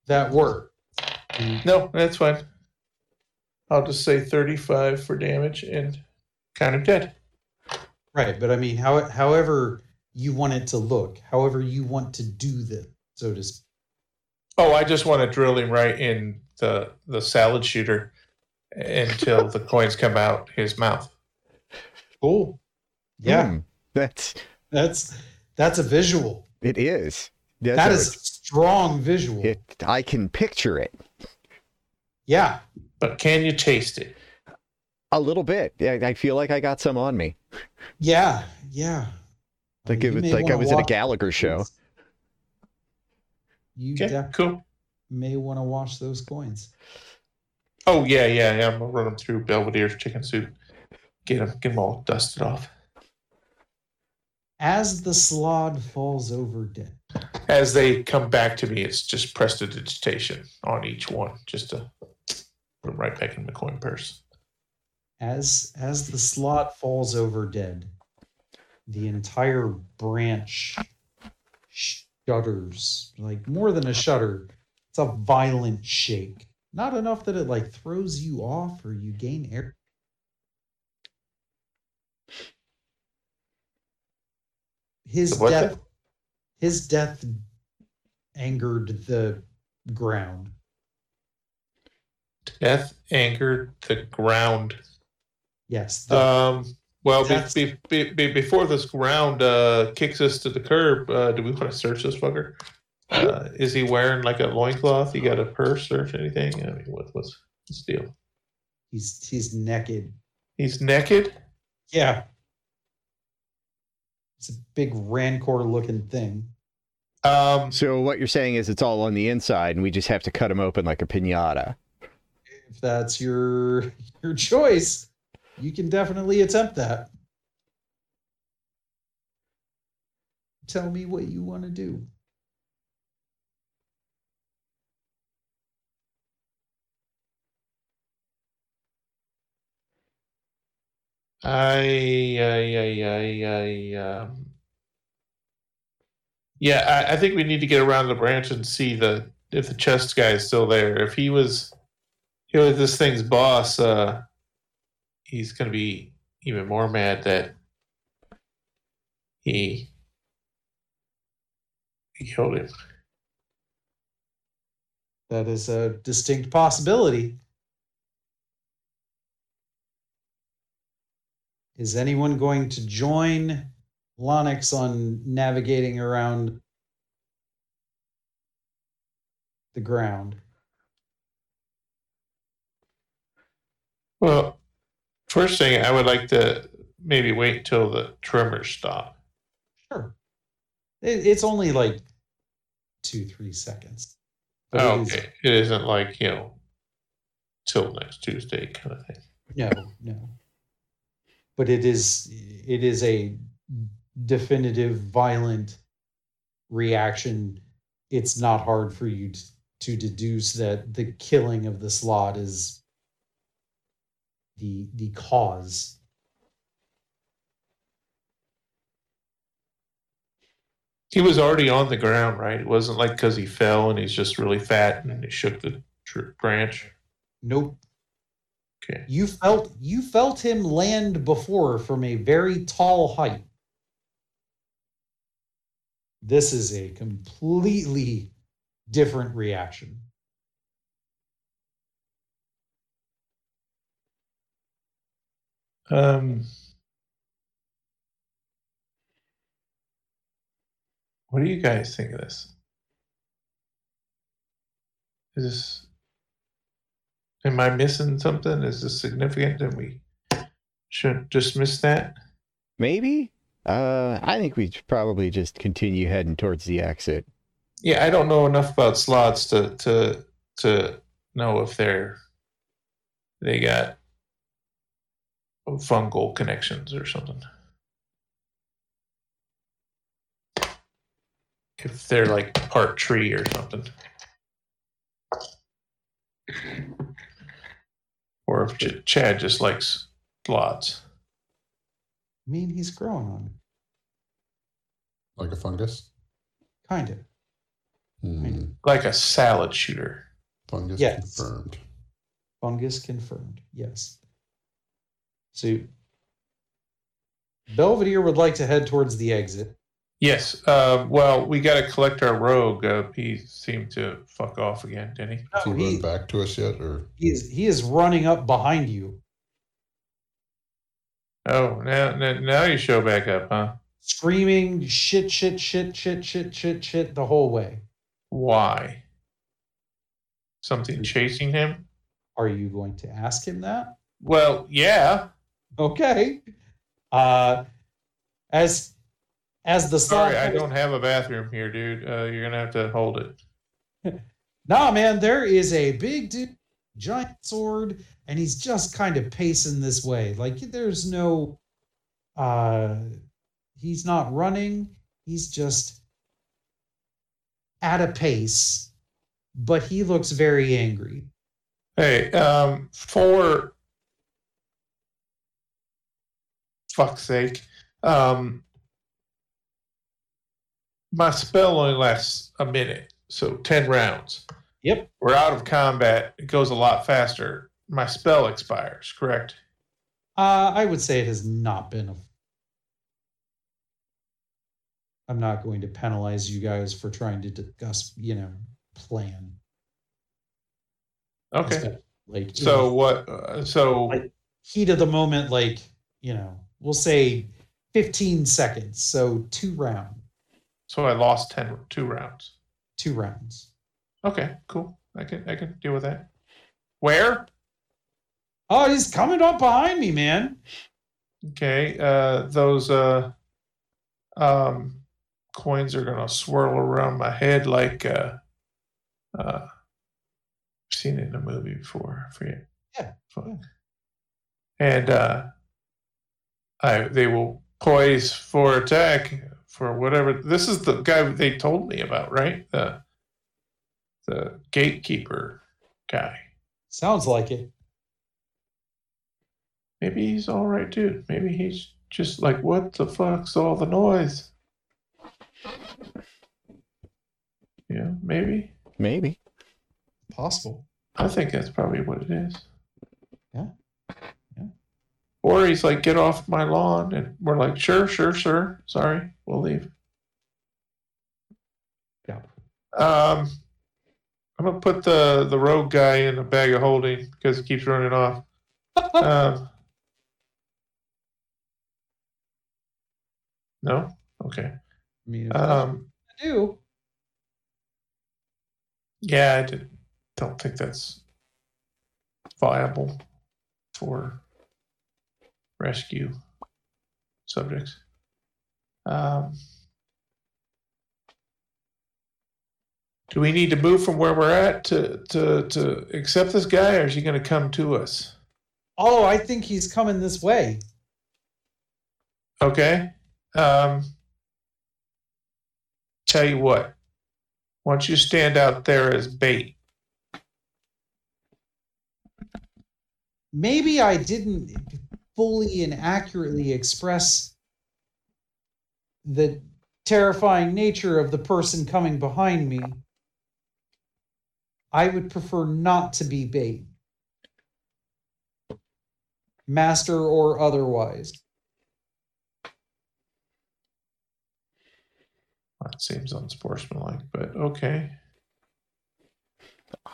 A: that work.
B: No, that's fine. I'll just say thirty-five for damage and count him dead.
A: Right, but I mean how however you want it to look, however you want to do this, so to speak.
B: Oh, I just want to drill him right in the the salad shooter until the coins come out his mouth.
A: Cool. Yeah,
E: Hmm, that's
A: that's that's a visual.
E: it is. That's
A: That
E: a-
A: is a strong visual.
E: it I can picture it
A: Yeah.
B: But can you taste it?
E: a little bit. I, I feel like I got some on me.
A: Yeah. Yeah. I mean,
E: Like it
A: you
E: was
A: may
E: like I
A: wanna
E: was at a
A: walk-
E: Gallagher show.
A: You
B: Okay,
A: def-
B: cool.
A: may want to wash those coins.
B: Oh yeah, yeah, yeah. I'm gonna run him through Belvedere's chicken soup. Get him, get him all dusted off.
A: As the slod falls over dead.
B: As they come back to me, it's just prestidigitation on each one, just to put them right back in the coin purse.
A: As as the slot falls over dead, the entire branch shudders. Like more than a shudder. It's a violent shake. Not enough that it like throws you off or you gain air his
B: The what
A: death
B: thing?
A: his death angered the ground
B: Death angered the ground.
A: Yes. the-
B: Um, well,
A: That's-
B: be, be, be, before this round uh, kicks us to the curb, uh, do we want to search this fucker? Uh, is he wearing like a loincloth? He got a purse or anything? I mean, what, what's his deal?
A: he's he's naked.
B: He's naked.
A: Yeah. It's a big rancor looking thing.
B: Um,
E: So what you're saying is it's all on the inside, and we just have to cut them open like a pinata.
A: If that's your your choice, you can definitely attempt that. Tell me what you want to do.
B: I, I, I, I, I, um, yeah, I, I think we need to get around the branch and see the if the chest guy is still there. If he was, he was this thing's boss. Uh, he's gonna be even more mad that he he killed him.
A: That is a distinct possibility. Is anyone going to join Lonix on navigating around the ground?
B: Well, first thing I would like to maybe wait till the tremors stop.
A: Sure. It, it's only like two, three seconds. But it
B: Oh,
A: is-
B: okay. It isn't like, you know, till next Tuesday kind of thing.
A: No, no. But it is it is a definitive violent reaction. It's not hard for you to, to deduce that the killing of the slot is the the cause.
B: He was already on the ground, right? It wasn't like because he fell and he's just really fat and he shook the tr- branch.
A: Nope.
B: Okay.
A: You felt you felt him land before from a very tall height. This is a completely different reaction.
B: Um, what do you guys think of this? Is this? Am I missing something? Is this significant? And we shouldn't dismiss that.
E: Maybe. Uh, I think we should probably just continue heading towards the exit.
B: Yeah, I don't know enough about slots to to to know if they're they got fungal connections or something. If they're like part tree or something. Or if Ch- Chad just likes slots.
A: I mean, he's growing on me.
D: Like a fungus?
A: Kind of.
D: Hmm,
B: Like a salad shooter.
D: Fungus
A: Yes.
D: confirmed.
A: Fungus confirmed. Yes. So Belvedere would like to head towards the exit.
B: Yes. Uh, well, we got to collect our rogue. Uh, he seemed to fuck off again, didn't Oh, he?
D: Has he
A: No,
D: run
A: he,
D: back to us yet? Or
A: he is he is running up behind you,
B: Oh, now now, now you show back up, huh?
A: screaming shit, shit, shit, shit, shit, shit, shit the whole way.
B: Why? Something chasing him?
A: Are you going to ask him that?
B: Well, yeah.
A: Okay. Uh as as the
B: Sorry,
A: slot-
B: I don't have a bathroom here, dude. Uh, you're gonna have to hold it.
A: Nah, man, there is a big dude, giant sword, and he's just kind of pacing this way. Like there's no uh he's not running, he's just at a pace, but he looks very angry.
B: Hey, um, for fuck's sake, um, my spell only lasts a minute, so ten rounds.
A: Yep.
B: We're out of combat. It goes a lot faster. My spell expires, correct?
A: Uh I would say it has not been a I'm not going to penalize you guys for trying to discuss, you know, plan.
B: Okay.
A: It's been- Like in
B: So what? Uh, so
A: Like- heat of the moment, like, you know, we'll say 15 seconds. So two round,
B: so I lost ten two rounds.
A: two rounds.
B: Okay, cool. I can I can deal with that. Where?
A: Oh, he's coming up behind me, man.
B: Okay. Uh, those uh, um, coins are gonna swirl around my head like uh, uh, I've seen it in a movie before. I forget.
A: Yeah,
B: Fuck. And uh, I they will poise for attack for whatever. This is the guy they told me about, right? The the gatekeeper guy.
A: Sounds like it.
B: Maybe he's all right, dude. Maybe he's just like, what the fuck's all the noise? Yeah, maybe.
E: Maybe.
A: Possible.
B: I think that's probably what it is.
A: Yeah. Yeah.
B: Or he's like, get off my lawn. And we're like, sure, sure, sure. Sorry, we'll leave.
A: Yeah.
B: Um, I'm going to put the, the rogue guy in a bag of holding because he keeps running off. Um, no? Okay.
A: I mean, if that's
B: Um,
A: what I do.
B: yeah, I did, don't think that's viable for rescue subjects. Um, do we need to move from where we're at to, to, to accept this guy, or is he going to come to us?
A: Oh, I think he's coming this way.
B: Okay. Um, tell you what, why don't you stand out there as bait?
A: Maybe I didn't fully and accurately express the terrifying nature of the person coming behind me. I would prefer not to be bait, master or otherwise.
B: That seems unsportsmanlike, but okay.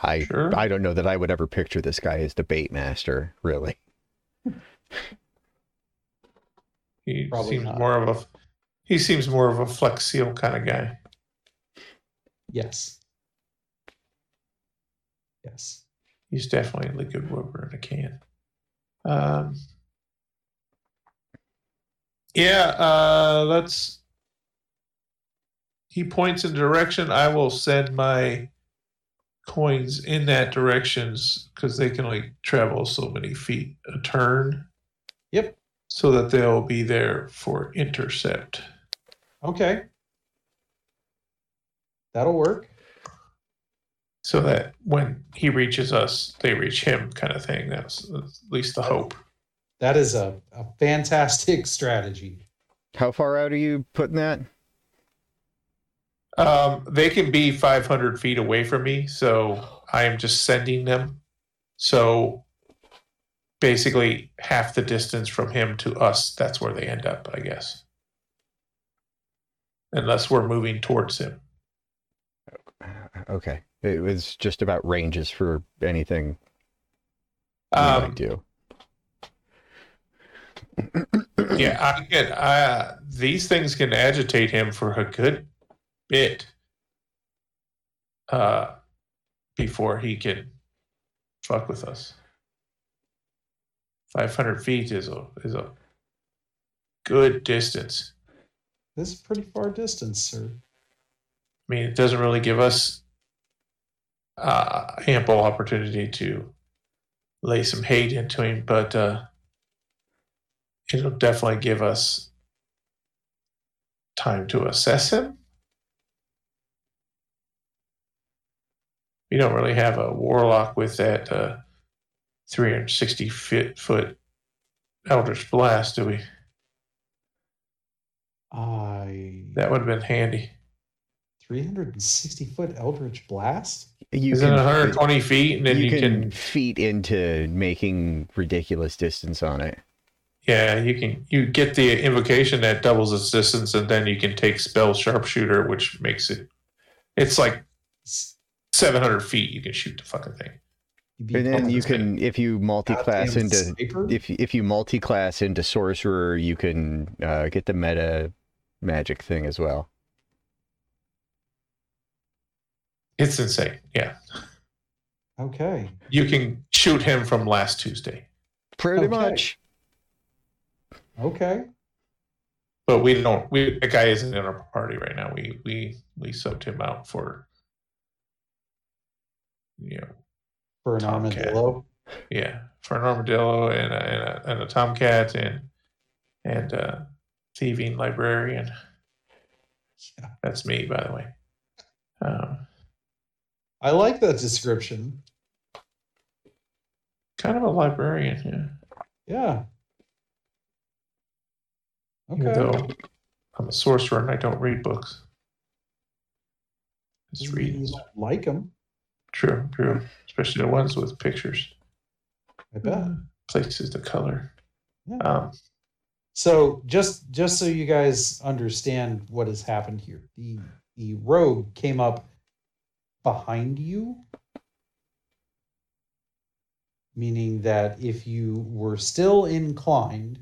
E: I
B: Sure.
E: I don't know that I would ever picture this guy as the bait master, really.
B: He
A: Probably
B: seems
A: not.
B: more of a he seems more of a flex seal kind of guy.
A: Yes. Yes.
B: He's definitely a liquid rubber in a can. Um, yeah, uh, let's. He points in direction. I will send my coins in that directions because they can only travel so many feet a turn.
A: Yep.
B: So that they'll be there for intercept.
A: Okay. That'll work.
B: so that when he reaches us, they reach him, kind of thing. That's, that's at least the hope.
A: That is a, a fantastic strategy.
E: How far out are you putting that?
B: Um, they can be 500 feet away from me, so I am just sending them. So basically, half the distance from him to us, that's where they end up, I guess. Unless we're moving towards him.
E: Okay. It was just about ranges for anything we
B: Um,
E: might do.
B: yeah, I can. Uh, these things can agitate him for a good bit uh, before he can fuck with us. Five hundred feet is a is a good distance.
A: This is pretty far distance, sir.
B: I mean, it doesn't really give us uh, ample opportunity to lay some hate into him, but uh, it'll definitely give us time to assess him. We don't really have a warlock with that uh, 360 fit, foot Elder's Blast, do we?
A: I
B: That would have been handy.
A: 360 foot Eldritch Blast?
E: You
B: Isn't it
E: can-
B: 120 feet? And then
E: you can feed into making ridiculous distance on it.
B: Yeah, you can you get the invocation that doubles its distance, and then you can take spell sharpshooter, which makes it it's like
A: S-
B: seven hundred feet. You can shoot the fucking thing.
A: You
E: And then
A: become
E: you
A: a
E: can, if you multi-class
A: goddamn
E: into,
A: sniper?
E: if if you multi-class into sorcerer, you can uh, get the meta magic thing as well.
B: It's insane. Yeah.
A: okay.
B: You can shoot him from last Tuesday,
E: Pretty
A: Okay.
E: much.
A: Okay.
B: but we don't. We the guy isn't in our party right now. We we we subbed him out for. You know,
A: For an
B: Tomcat.
A: armadillo.
B: yeah, for an armadillo and a, and a, and a tomcat and and uh, a thieving librarian.
A: Yeah.
B: That's me, by the way. Um,
A: I like that description.
B: kind of a librarian, yeah.
A: Yeah.
B: Even
A: Okay.
B: though I'm a sorcerer and I don't read books. Just
A: Maybe
B: read.
A: you don't like them.
B: True, true. Especially the ones with pictures,
A: I bet.
E: Mm-hmm.
B: places, the color.
A: Yeah.
B: Um,
A: So just just so you guys understand what has happened here, the the rogue came up behind you, meaning that if you were still inclined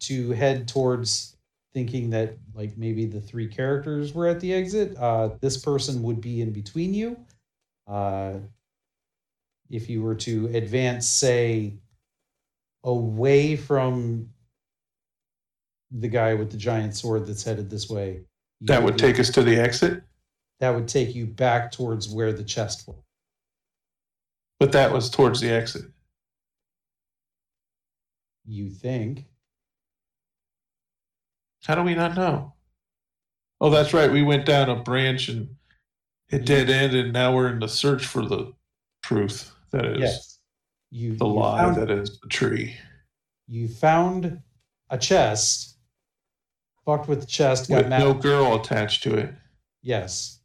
A: to head towards thinking that like maybe the three characters were at the exit, uh, this person would be in between you. Uh, if you were to advance, say, away from the guy with the giant sword that's headed this way. you
B: that would
A: be-
B: take us to the exit,
A: that would take you back towards where the chest was.
B: but that was towards the exit.
A: You think?
B: How do we not know? Oh, that's right. We went down a branch and it dead end, and now we're in the search for the truth that is
A: Yes. You
B: the
A: you
B: lie
A: found-
B: that is the tree.
A: you found a chest. Fucked with the chest. Got
B: With
A: mad.
B: no girl attached to it.
A: Yes.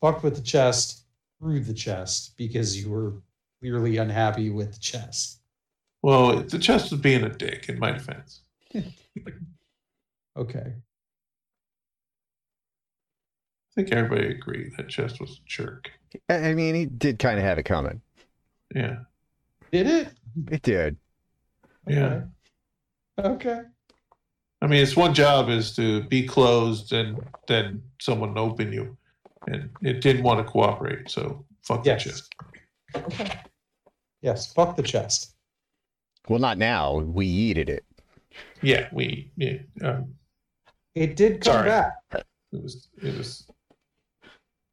A: Fucked with the chest. Through the chest because you were clearly unhappy with the chest.
B: Well, the chest was being a dick, in my defense.
A: Okay.
B: I think everybody agreed that chest was a jerk.
E: I I mean, he did kind of have it coming.
B: Yeah.
A: Did it?
E: It did.
B: Yeah.
A: Okay. Okay.
B: I mean, it's one job is to be closed and then someone open you. And it didn't want to cooperate. So fuck
A: Yes.
B: the chest.
A: Okay. Yes. Fuck the chest.
E: Well, not now. We yeeted it.
B: Yeah. We, yeah. Um,
A: It did come
B: Sorry.
A: back.
B: it was, it was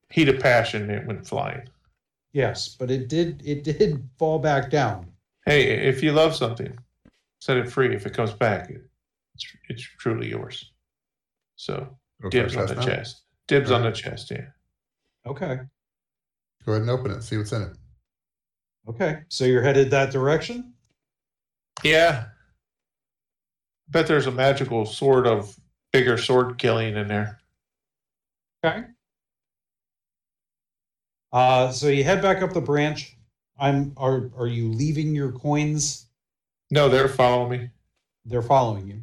B: heat of passion. It went flying.
A: Yes, but it did. It did fall back down.
B: Hey, if you love something, set it free. If it comes back, it, it's, it's truly yours. So
D: Go
B: dibs on the
D: first chest now.
B: chest. Dibs on the chest. Yeah.
A: Okay.
D: Go ahead and open it. See what's in it.
A: Okay. So you're headed that direction?
B: Yeah. Bet there's a magical sword of bigger sword killing in there.
A: Okay. Uh, so you head back up the branch. I'm. Are Are you leaving your coins?
B: No, they're following me.
A: They're following you.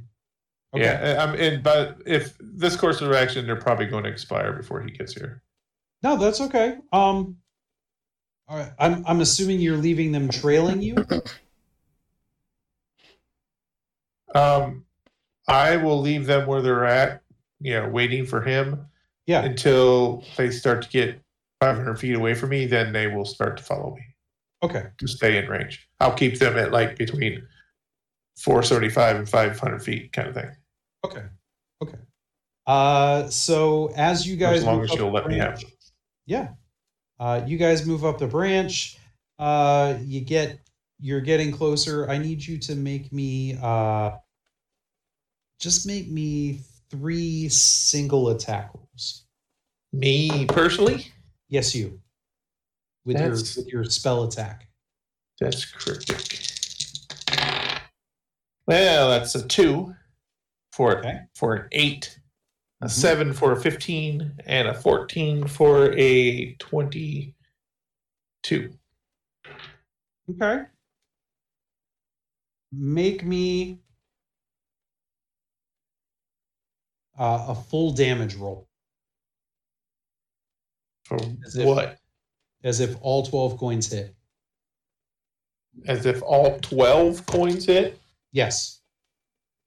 B: Yeah, I'm in. But if this course of action, they're probably going to expire before he gets here.
A: No, that's okay. Um. All right. I'm. I'm assuming you're leaving them trailing you.
B: Um, I will leave them where they're at. You know, waiting for him
A: Yeah.
B: until they start to get 500 feet away from me. Then they will start to follow me
A: Okay.
B: to stay in range. I'll keep them at like between 475 and 500 feet, kind of thing,
A: Okay. Okay. Uh. So as you guys
B: as long
A: move
B: as
A: up
B: you'll
A: the
B: let me
A: branch-
B: have. Them.
A: yeah uh, you guys move up the branch uh, you get you're getting closer i need you to make me uh, just make me three single attack rolls
B: Me personally.
A: yes you with
B: That's-
A: your with your spell attack
B: That's cryptic. Well, that's a two for
A: Okay.
B: for an eight, a seven for a fifteen, and a fourteen for a twenty-two.
A: okay make me uh, a full damage roll
B: For
A: As if-
B: what?
A: as if all 12 coins hit
B: as if all 12 coins hit.
A: Yes.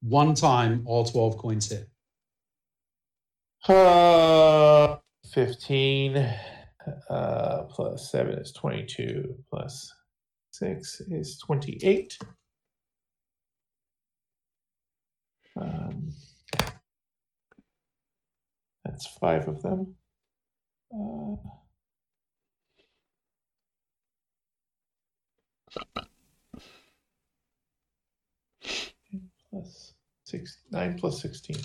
A: One time, all 12 coins hit.
B: Uh, 15 uh, plus 7 is 22, plus 6 is 28. Um, that's five of them. Uh, plus six, 9 plus 16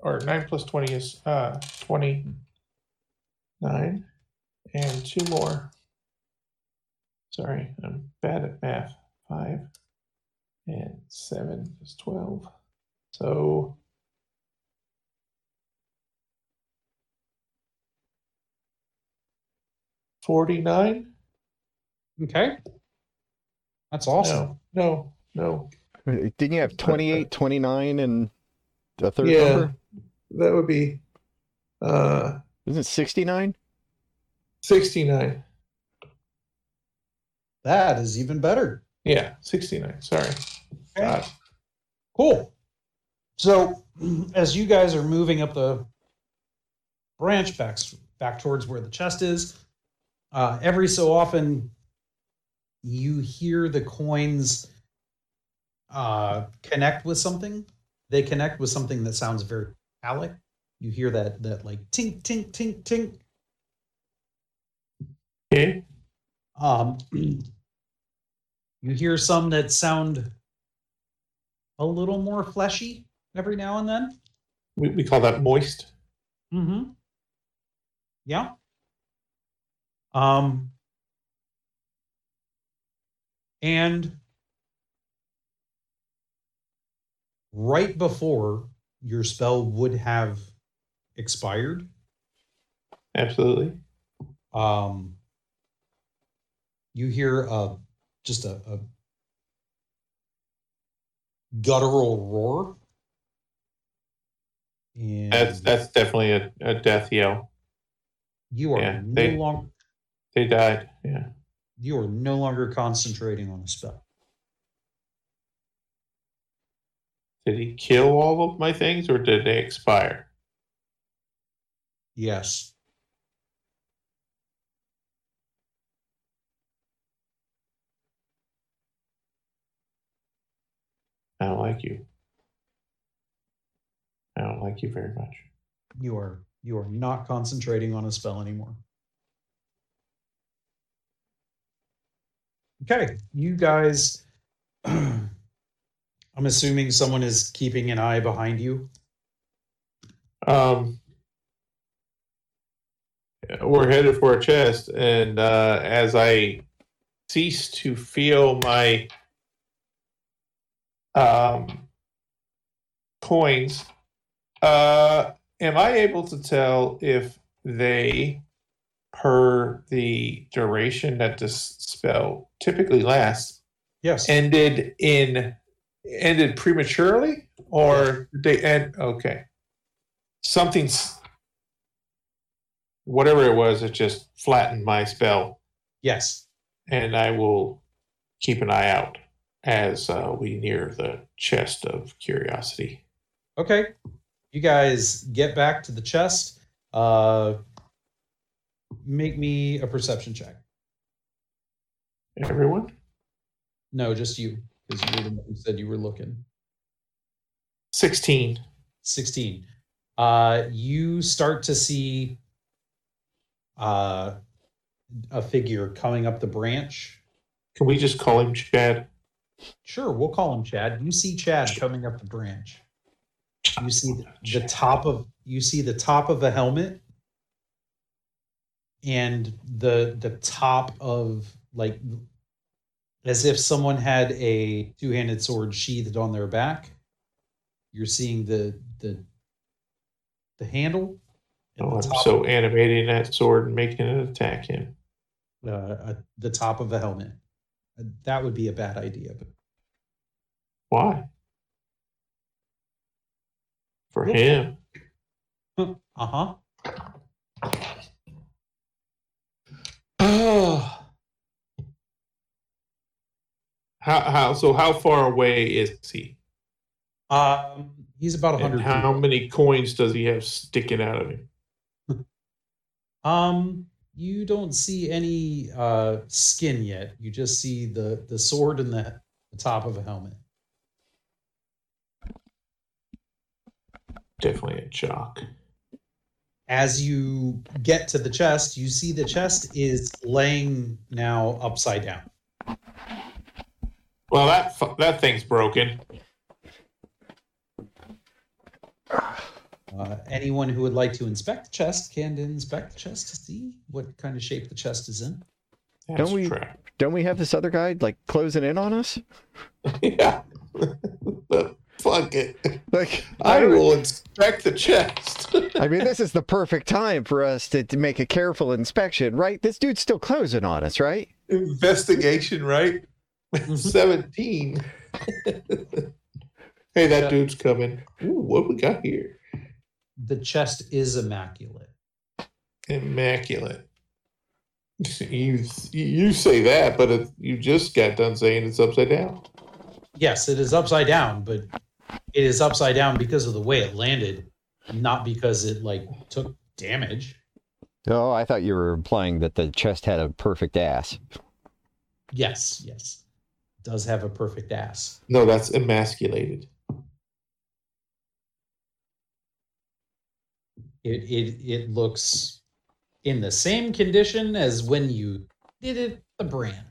B: or 9 plus 20 is uh, 29 and two more sorry i'm bad at math 5 and 7 is 12 so Forty-nine?
A: Okay. That's awesome.
B: No, no, no.
E: Didn't you have 28, 29, and a third
B: Yeah.
E: number?
B: That would be uh,
E: Isn't it 69?
B: 69.
A: That is even better.
B: Yeah, 69. Sorry. God.
A: Cool. So, as you guys are moving up the branch back back towards where the chest is, uh, every so often you hear the coins uh, connect with something. They connect with something that sounds very metallic. You hear that that like tink tink tink tink.
B: Okay.
A: Um, you hear some that sound a little more fleshy every now and then.
B: We, we call that moist.
A: Mm-hmm. Yeah. Um, and right before your spell would have expired,
B: Absolutely.
A: um, you hear uh, just a, a guttural roar. And
B: That's that's definitely a, a death yell.
A: you are
B: yeah,
A: no
B: they-
A: longer
B: They died. Yeah.
A: you are no longer concentrating on a spell.
B: Did he kill all of my things or did they expire?
A: Yes.
B: I don't like you. I don't like you very much.
A: You are you are not concentrating on a spell anymore. Okay, you guys I'm assuming someone is keeping an eye behind you.
B: Um, we're headed for a chest, and uh, as I cease to feel my um, coins, uh, am I able to tell if they, per the duration that this spell typically lasts,
A: Yes.
B: ended in ended prematurely or did they end okay something's whatever it was it just flattened my spell
A: yes.
B: and i will keep an eye out as uh, we near the chest of curiosity
A: Okay. You guys get back to the chest. Uh make me a perception check.
B: everyone
A: No, just you, because you were the one who said you were looking.
B: 16
A: 16 uh you start to see uh a figure coming up the branch
B: can we just call him chad
A: sure we'll call him chad you see chad coming up the branch you see the, the top of you see the top of a helmet and the the top of like as if someone had a two-handed sword sheathed on their back you're seeing the the the handle and
B: oh,
A: the
B: i'm
A: top
B: so animating that sword and making it attack him
A: uh, uh, the top of a helmet that would be a bad idea but
B: why for
A: Nope.
B: him
A: uh-huh
B: oh How, how so? How far away is he?
A: Um, he's about
B: And
A: hundred.
B: how many coins does he have sticking out of him?
A: Um, you don't see any uh, skin yet. You just see the the sword and the, the top of a helmet.
B: Definitely a jock.
A: As you get to the chest, you see the chest is laying now upside down.
B: Well, that fu- that thing's broken.
A: Uh, anyone who would like to inspect the chest can inspect the chest to see what kind of shape the chest is in.
B: That's
E: Don't we-
B: crap.
E: Don't we have this other guy like closing in on us?
B: yeah. Fuck it.
E: Like
B: I will inspect the chest.
E: I mean, this is the perfect time for us to, to make a careful inspection, right? This dude's still closing on us, right?
B: Investigation, right?
E: Mm-hmm.
B: 17. hey, that dude's coming. Ooh, what we got here?
A: The chest is immaculate.
B: Immaculate. You you say that, but it, you just got done saying it's upside down.
A: Yes, it is upside down, but it is upside down because of the way it landed, not because it like took damage.
E: Oh, I thought you were implying that the chest had a perfect ass.
A: Yes, yes. Does have a perfect ass.
B: No, that's emasculated.
A: It it it looks in the same condition as when you did it the brand.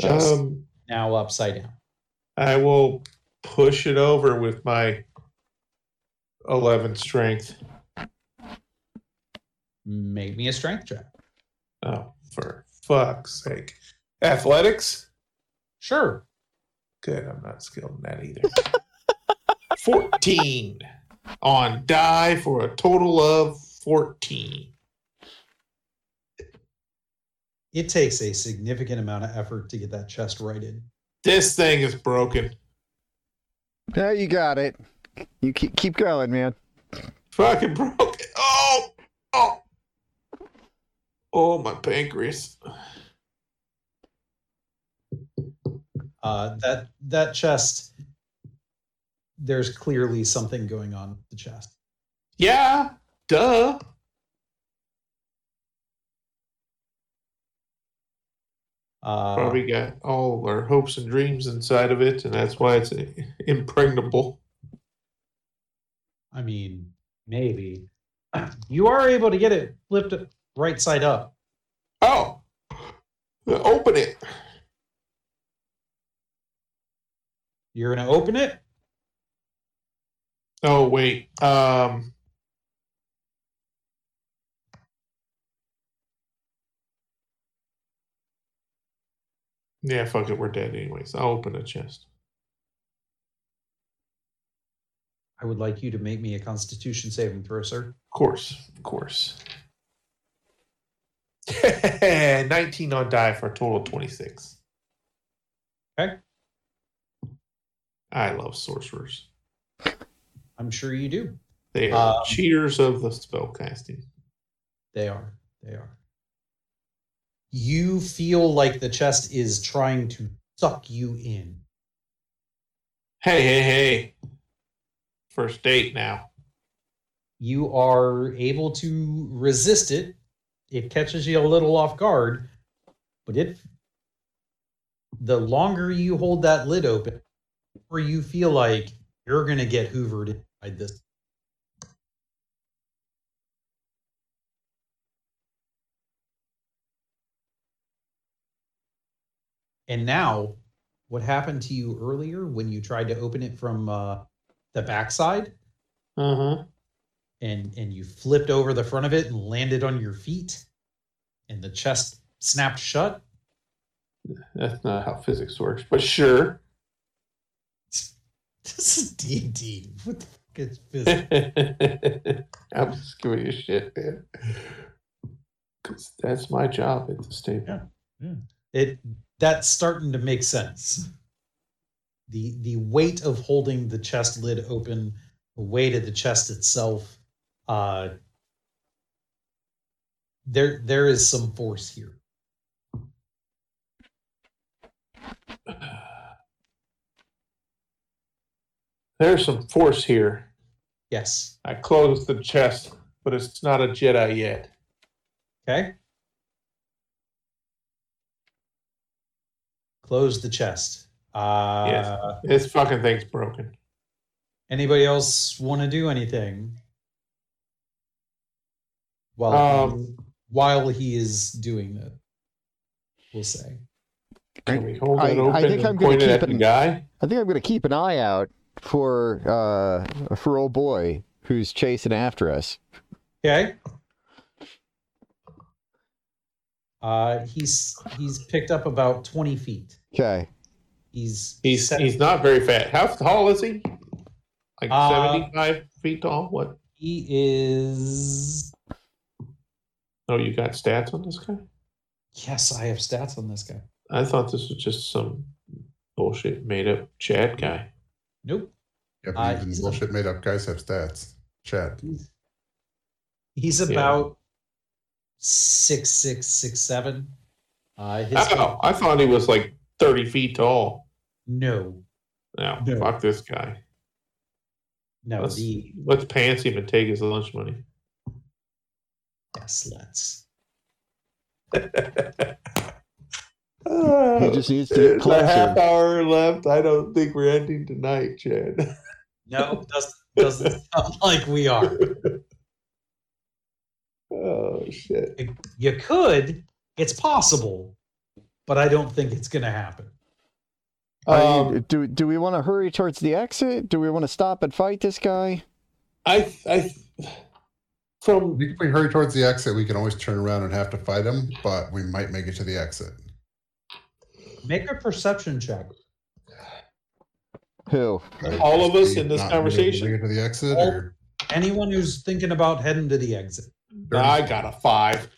A: Just
B: Um,
A: now upside down.
B: I will push it over with my 11 strength.
A: Make me a strength check.
B: Oh, for fuck's sake. Athletics?
A: Sure.
B: Good. I'm not skilled in that either. 14 on die for a total of 14.
A: It takes a significant amount of effort to get that chest righted.
B: This thing is broken.
E: Yeah, you got it. You keep keep going, man.
B: Fucking broken. Oh, oh, oh, my pancreas.
A: Uh, that that chest, there's clearly something going on with the chest.
B: Yeah, duh.
A: Uh,
B: Probably got all our hopes and dreams inside of it, and that's why it's impregnable.
A: I mean, maybe you are able to get it flipped right side up.
B: Oh, open it.
A: You're gonna open it.
B: Oh wait. Um Yeah, fuck it, we're dead anyways. I'll open a chest.
A: I would like you to make me a Constitution saving throw, sir.
B: Of course, of course. 19 on die for a total of 26.
A: Okay.
B: I love sorcerers.
A: I'm sure you do.
B: They are
A: Um,
B: cheaters of the spell casting.
A: They are. They are. You feel like the chest is trying to suck you in.
B: Hey, hey, hey. First date now.
A: You are able to resist it. It catches you a little off guard, but it the longer you hold that lid open, the more you feel like you're gonna get hoovered inside this. And now, what happened to you earlier when you tried to open it from uh, the backside?
B: Uh-huh.
A: and and you flipped over the front of it and landed on your feet and the chest snapped shut
B: That's not how physics works, but sure.
A: this is d&d what the fuck is this
B: I'm just giving you shit, man. 'Cause that's my job at this table.
A: it that's starting to make sense the the weight of holding the chest lid open the weight of the chest itself uh there there is some force here
B: There's some force here.
A: Yes.
B: I close the chest, but it's not a Jedi yet.
A: Okay. Close the chest. Uh,
B: This fucking thing's broken.
A: Anybody else want to do anything? While
B: Um,
A: while he is doing that, we'll say.
B: can we hold
E: I-
B: it open
E: I think
B: and
E: I'm gonna
B: point it
E: keep
B: at
E: it
B: the
E: in-
B: guy?
E: I think I'm going to keep an eye out for uh for old boy who's chasing after us.
A: Okay. Uh, he's he's picked up about twenty feet.
E: Okay.
A: He's
B: He's
A: set-
B: he's not very fat. How tall is he? Like
A: Uh,
B: seventy-five feet tall. What?
A: he is.
B: Oh, you got stats on this guy?
A: Yes, I have stats on this guy.
B: I thought this was just some bullshit made-up Chad guy.
A: Nope.
D: Yep,
A: Uh,
D: even
A: he's-
D: bullshit made up guys have stats. Chat.
A: He's, he's
B: Yeah.
A: about six six six seven. Uh, his
B: Oh, I thought he was like thirty feet tall.
A: no
B: No,
A: No.
B: fuck this guy.
A: no
B: Let's,
A: the
B: let's pants him and take his lunch money.
A: yes let's
E: He just needs to get closer.
B: hour left. I don't think we're ending tonight, Chad.
A: no doesn't doesn't sound like we are.
B: Oh shit.
A: You- You could. It's possible, but I don't think it's going to happen.
E: I mean, do do we want to hurry towards the exit? Do we want to stop and fight this guy?
B: I I from
D: If we hurry towards the exit, we can always turn around and have to fight him, but we might make it to the exit.
A: Make a perception check.
E: Who?
B: All of us in this
D: Not
B: conversation?
D: Make it to the exit,
A: All-
D: or
A: Anyone who's thinking about heading to the exit.
B: I got a five.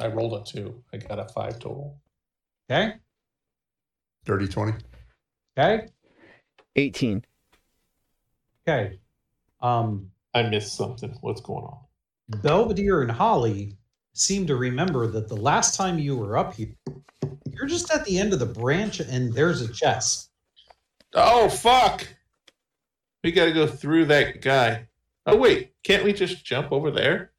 B: I rolled a two. I got a five total.
A: Okay.
D: dirty twenty.
A: Okay.
E: 18.
A: Okay. Um,
B: I missed something. What's going on?
A: Belvedere and Holly seem to remember that the last time you were up here, you're just at the end of the branch and there's a chest.
B: Oh fuck! We gotta go through that guy. Oh wait, can't we just jump over there?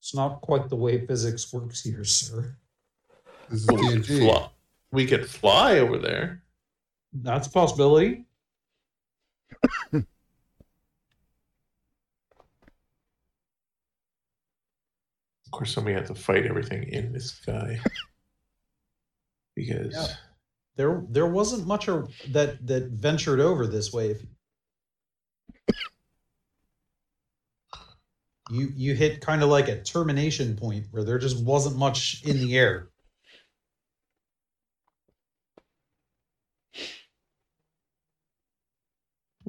A: It's not quite the way physics works here, sir.
D: This is
B: We could
D: D&D.
B: fly. We could fly over there.
A: That's a possibility.
B: Of course, somebody had to fight everything in this guy because
A: Yeah. There, there wasn't much or that that ventured over this way. If you you hit kind of like a termination point where there just wasn't much in the air.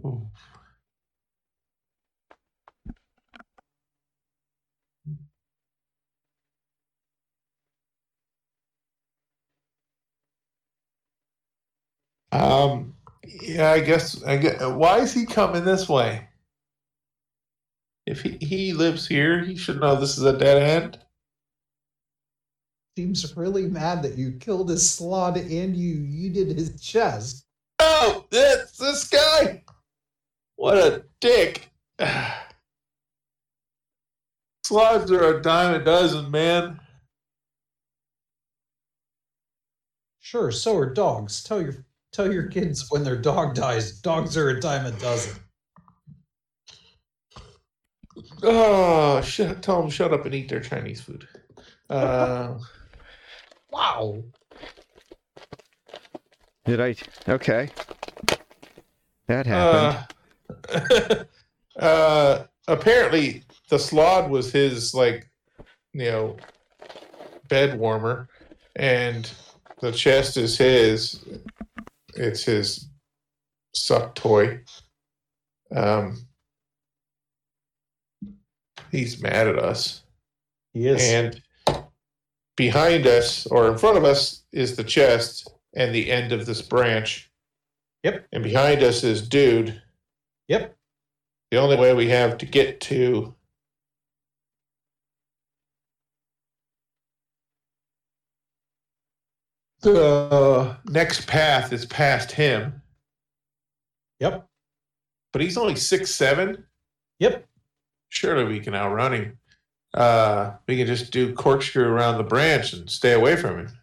B: Ooh. Um. Yeah, I guess. I guess. Why is he coming this way? If he, he lives here, he should know this is a dead end.
A: Seems really mad that you killed his slot and you you did his chest.
B: Oh, that's this guy. What a dick. Slides are a dime a dozen, man.
A: Sure, so are dogs. Tell your tell your kids when their dog dies. Dogs are a dime a dozen.
B: Oh, shut, tell them shut up and eat their Chinese food. Uh,
A: Wow.
E: Did I? Okay. That happened.
B: uh, uh, apparently, the slod was his, like, you know, bed warmer, and the chest is his. It's his suck toy. Um, he's mad at us.
A: He is.
B: And behind us or in front of us is the chest and the end of this branch.
A: Yep.
B: And behind us is dude.
A: Yep.
B: The only way we have to get to The next path is past him,
A: Yep.
B: but he's only six seven.
A: Yep.
B: Surely we can outrun him. Uh, we can just do corkscrew around the branch and stay away from him.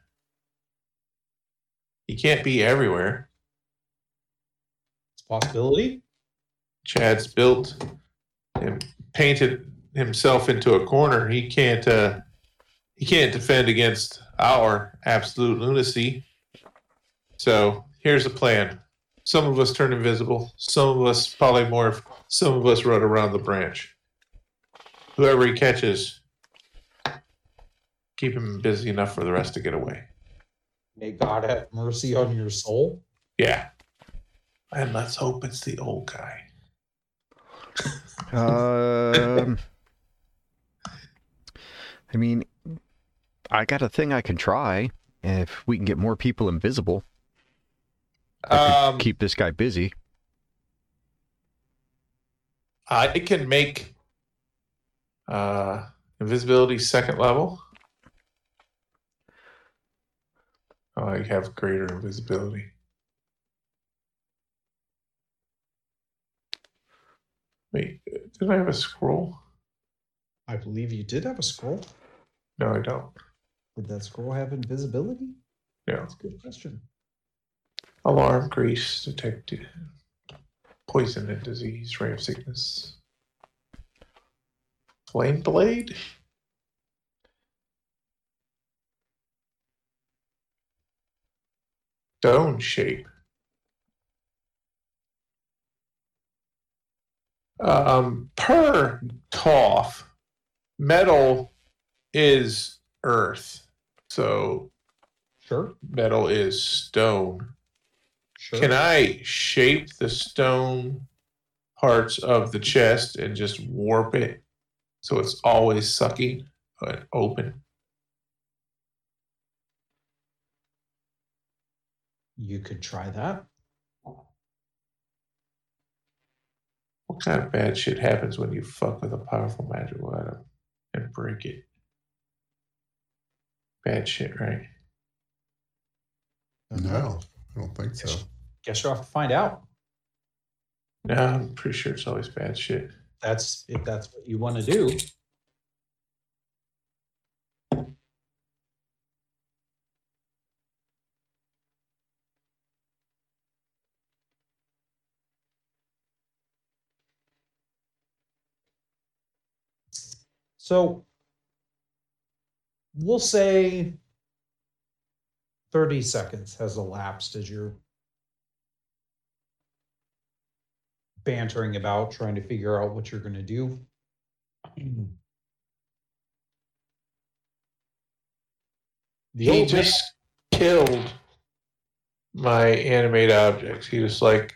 B: He can't be everywhere.
A: It's a possibility.
B: Chad's built and painted himself into a corner. He can't. Uh, he can't defend against our absolute lunacy. So here's the plan: some of us turn invisible, some of us polymorph, some of us run around the branch. Whoever he catches, keep him busy enough for the rest to get away.
A: May God have mercy on your soul.
B: Yeah. And let's hope it's the old guy.
E: Um, I mean, I got a thing I can try if we can get more people invisible. I
B: Um,
E: Keep this guy busy.
B: I can make uh, invisibility second level. Oh, I have greater invisibility. Wait, did I have a scroll?
A: I believe you did have a scroll.
B: No, I don't.
A: Did that scroll have invisibility?
B: Yeah.
A: That's a good question.
B: Alarm, grease, detect poison and disease, ray of sickness. Flame blade? Stone shape. Um, per Toff, metal is earth. So
A: Sure.
B: metal is stone.
A: Sure.
B: Can I shape the stone parts of the chest and just warp it so it's always sucking but open?
A: You could try that.
B: What kind of bad shit happens when you fuck with a powerful magical item and break it? Bad shit, right?
D: No, I don't think so.
A: Uh-huh. Guess you'll have to find out.
B: No, I'm pretty sure it's always bad shit.
A: That's if that's what you want to do. So we'll say 30 seconds has elapsed as you're bantering about trying to figure out what you're going to do.
B: Hmm.
A: The
B: he
A: old man-
B: just killed my animate objects. He just like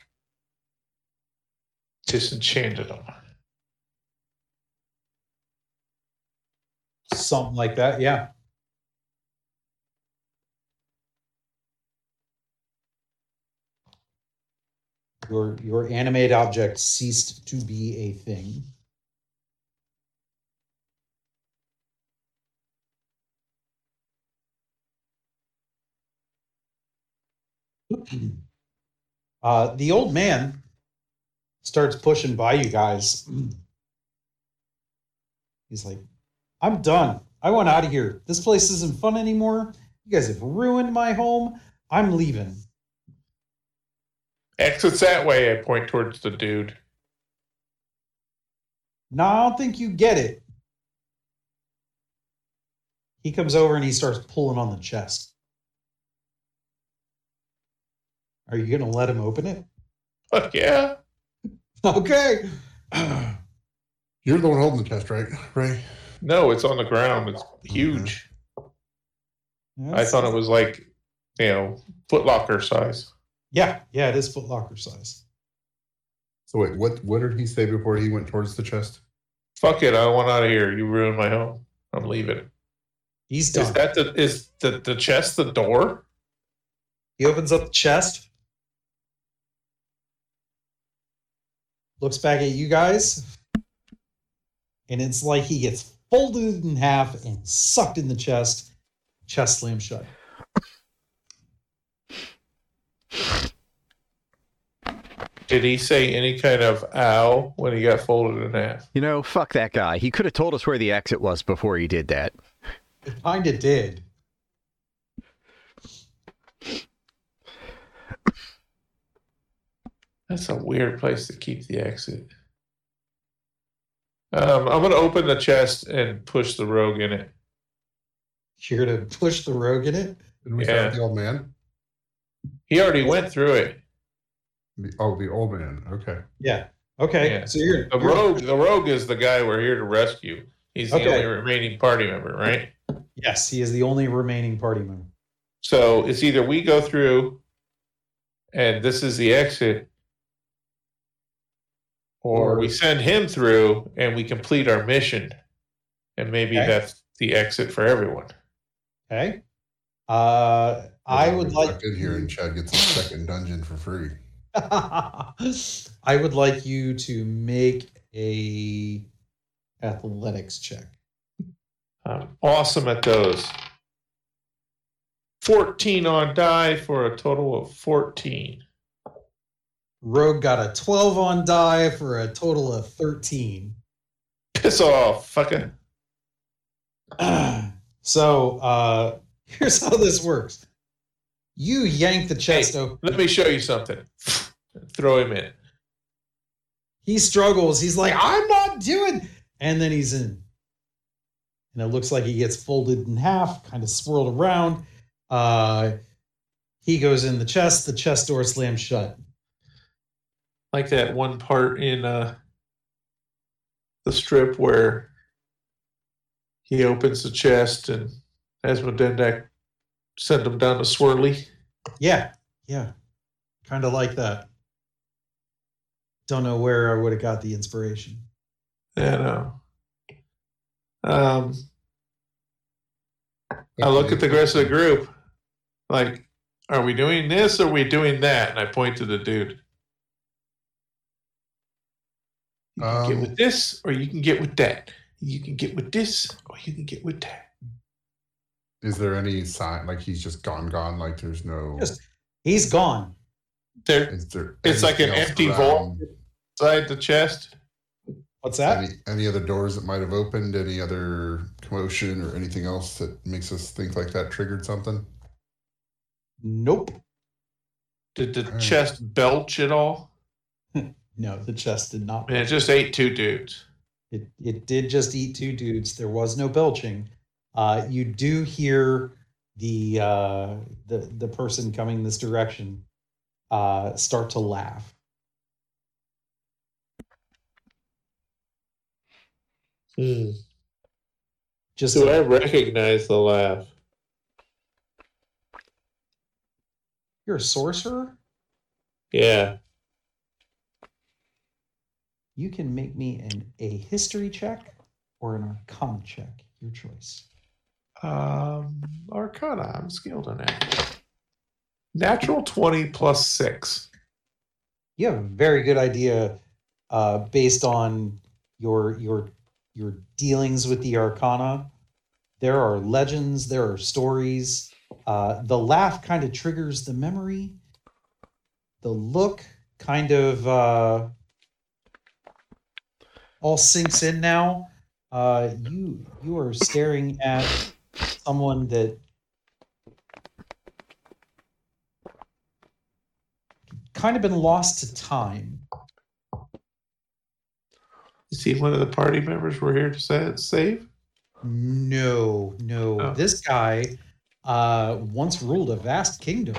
B: disenchanted them.
A: something like that. Yeah. Your your animate object ceased to be a thing. Uh, the old man starts pushing by you guys. He's like, I'm done. I want out of here. This place isn't fun anymore. You guys have ruined my home. I'm leaving.
B: Exits that way. I point towards the dude.
A: No, I don't think you get it. He comes over and he starts pulling on the chest. Are you going to let him open it?
B: Fuck yeah.
A: Okay.
D: You're the one holding the chest, right, Ray?
B: No, it's on the ground. It's huge.
A: Mm-hmm.
B: I thought it was like, you know, Foot Locker size.
A: Yeah, yeah, it is Foot Locker size.
D: So wait, what? What did he say before he went towards the chest?
B: Fuck it. I want out of here. You ruined my home. I'm leaving.
A: He's
B: Is
A: done.
B: that the is the, the chest the door?
A: He opens up the chest, looks back at you guys, and it's like he gets folded in half and sucked in the chest. Chest slam shut.
B: Did he say any kind of ow when he got folded in half?
E: You know, fuck that guy. He could have told us where the exit was before he did that.
A: It kinda did.
B: That's a weird place to keep the exit. Um, I'm gonna open the chest and push the rogue in it.
A: You're gonna push the rogue in it?
D: Didn't we
B: Yeah.
D: start with the old man?
B: He already went through it.
D: The- oh, the old man. Okay.
A: Yeah. Okay.
B: Yeah.
A: So you're
B: The
A: you're-
B: rogue, the rogue is the guy we're here to rescue. He's the
A: Okay.
B: only remaining party member, right?
A: Yes, he is the only remaining party member.
B: So it's either we go through and this is the exit, or
A: Or-
B: we send him through and we complete our mission. And maybe
A: Okay.
B: that's the exit for everyone.
A: Okay. Uh, I
D: We're
A: would
D: locked
A: like
D: in here and Chad gets a second dungeon for free.
A: I would like you to make a athletics check.
B: I'm Um, awesome at those. 14 on die for a total of 14.
A: Rogue got a 12 on die for a total of 13.
B: Piss off, fucker.
A: so uh here's how this works. You yank the chest open.
B: Let me show you something. Throw him in.
A: He struggles. He's like, I'm not doing. And then he's in. And it looks like he gets folded in half, kind of swirled around. Uh, he goes in the chest. The chest door slams shut.
B: like that one part in uh the strip where he opens the chest and Asmodendak sent him down to Swirly.
A: Yeah, yeah, kind of like that. Don't know where I would have got the inspiration.
B: And uh, um, I look at the rest of the group, like, are we doing this or are we doing that? And I point to the dude. You can get
D: Um,
B: with this or you can get with that. You can get with this or you can get with that.
D: Is there any sign like he's just gone, gone? Like there's no.
A: Just- He's gone.
B: There,
D: is there
B: It's like an
D: anything else
B: empty vault. inside the chest.
A: What's
D: Any,
A: that?
D: any other doors that might have opened? Any other commotion or anything else that makes us think like that triggered something?
A: Nope.
B: Did the
D: Hmm.
B: chest belch at all?
A: No, the chest did not.
B: Man, it just ate two dudes.
A: It it did just eat two dudes. There was no belching. Uh, you do hear the uh, the the person coming this direction uh, start to laugh. Just
B: So I recognize the laugh.
A: you're a sorcerer.
B: Yeah.
A: You can make me an a history check or an arcana check, your choice.
B: Um, Arcana, I'm skilled in that. Natural 20 plus 6.
A: You have a very good idea uh, based on your your your dealings with the arcana. There are legends, there are stories. Uh, the laugh kind of triggers the memory. The look kind of uh, all sinks in now. Uh, you you are staring at someone that kind of been lost to time.
B: Is he one of the party members we're here to sa- save?
A: No, no.
B: Oh.
A: This guy uh, once ruled a vast kingdom.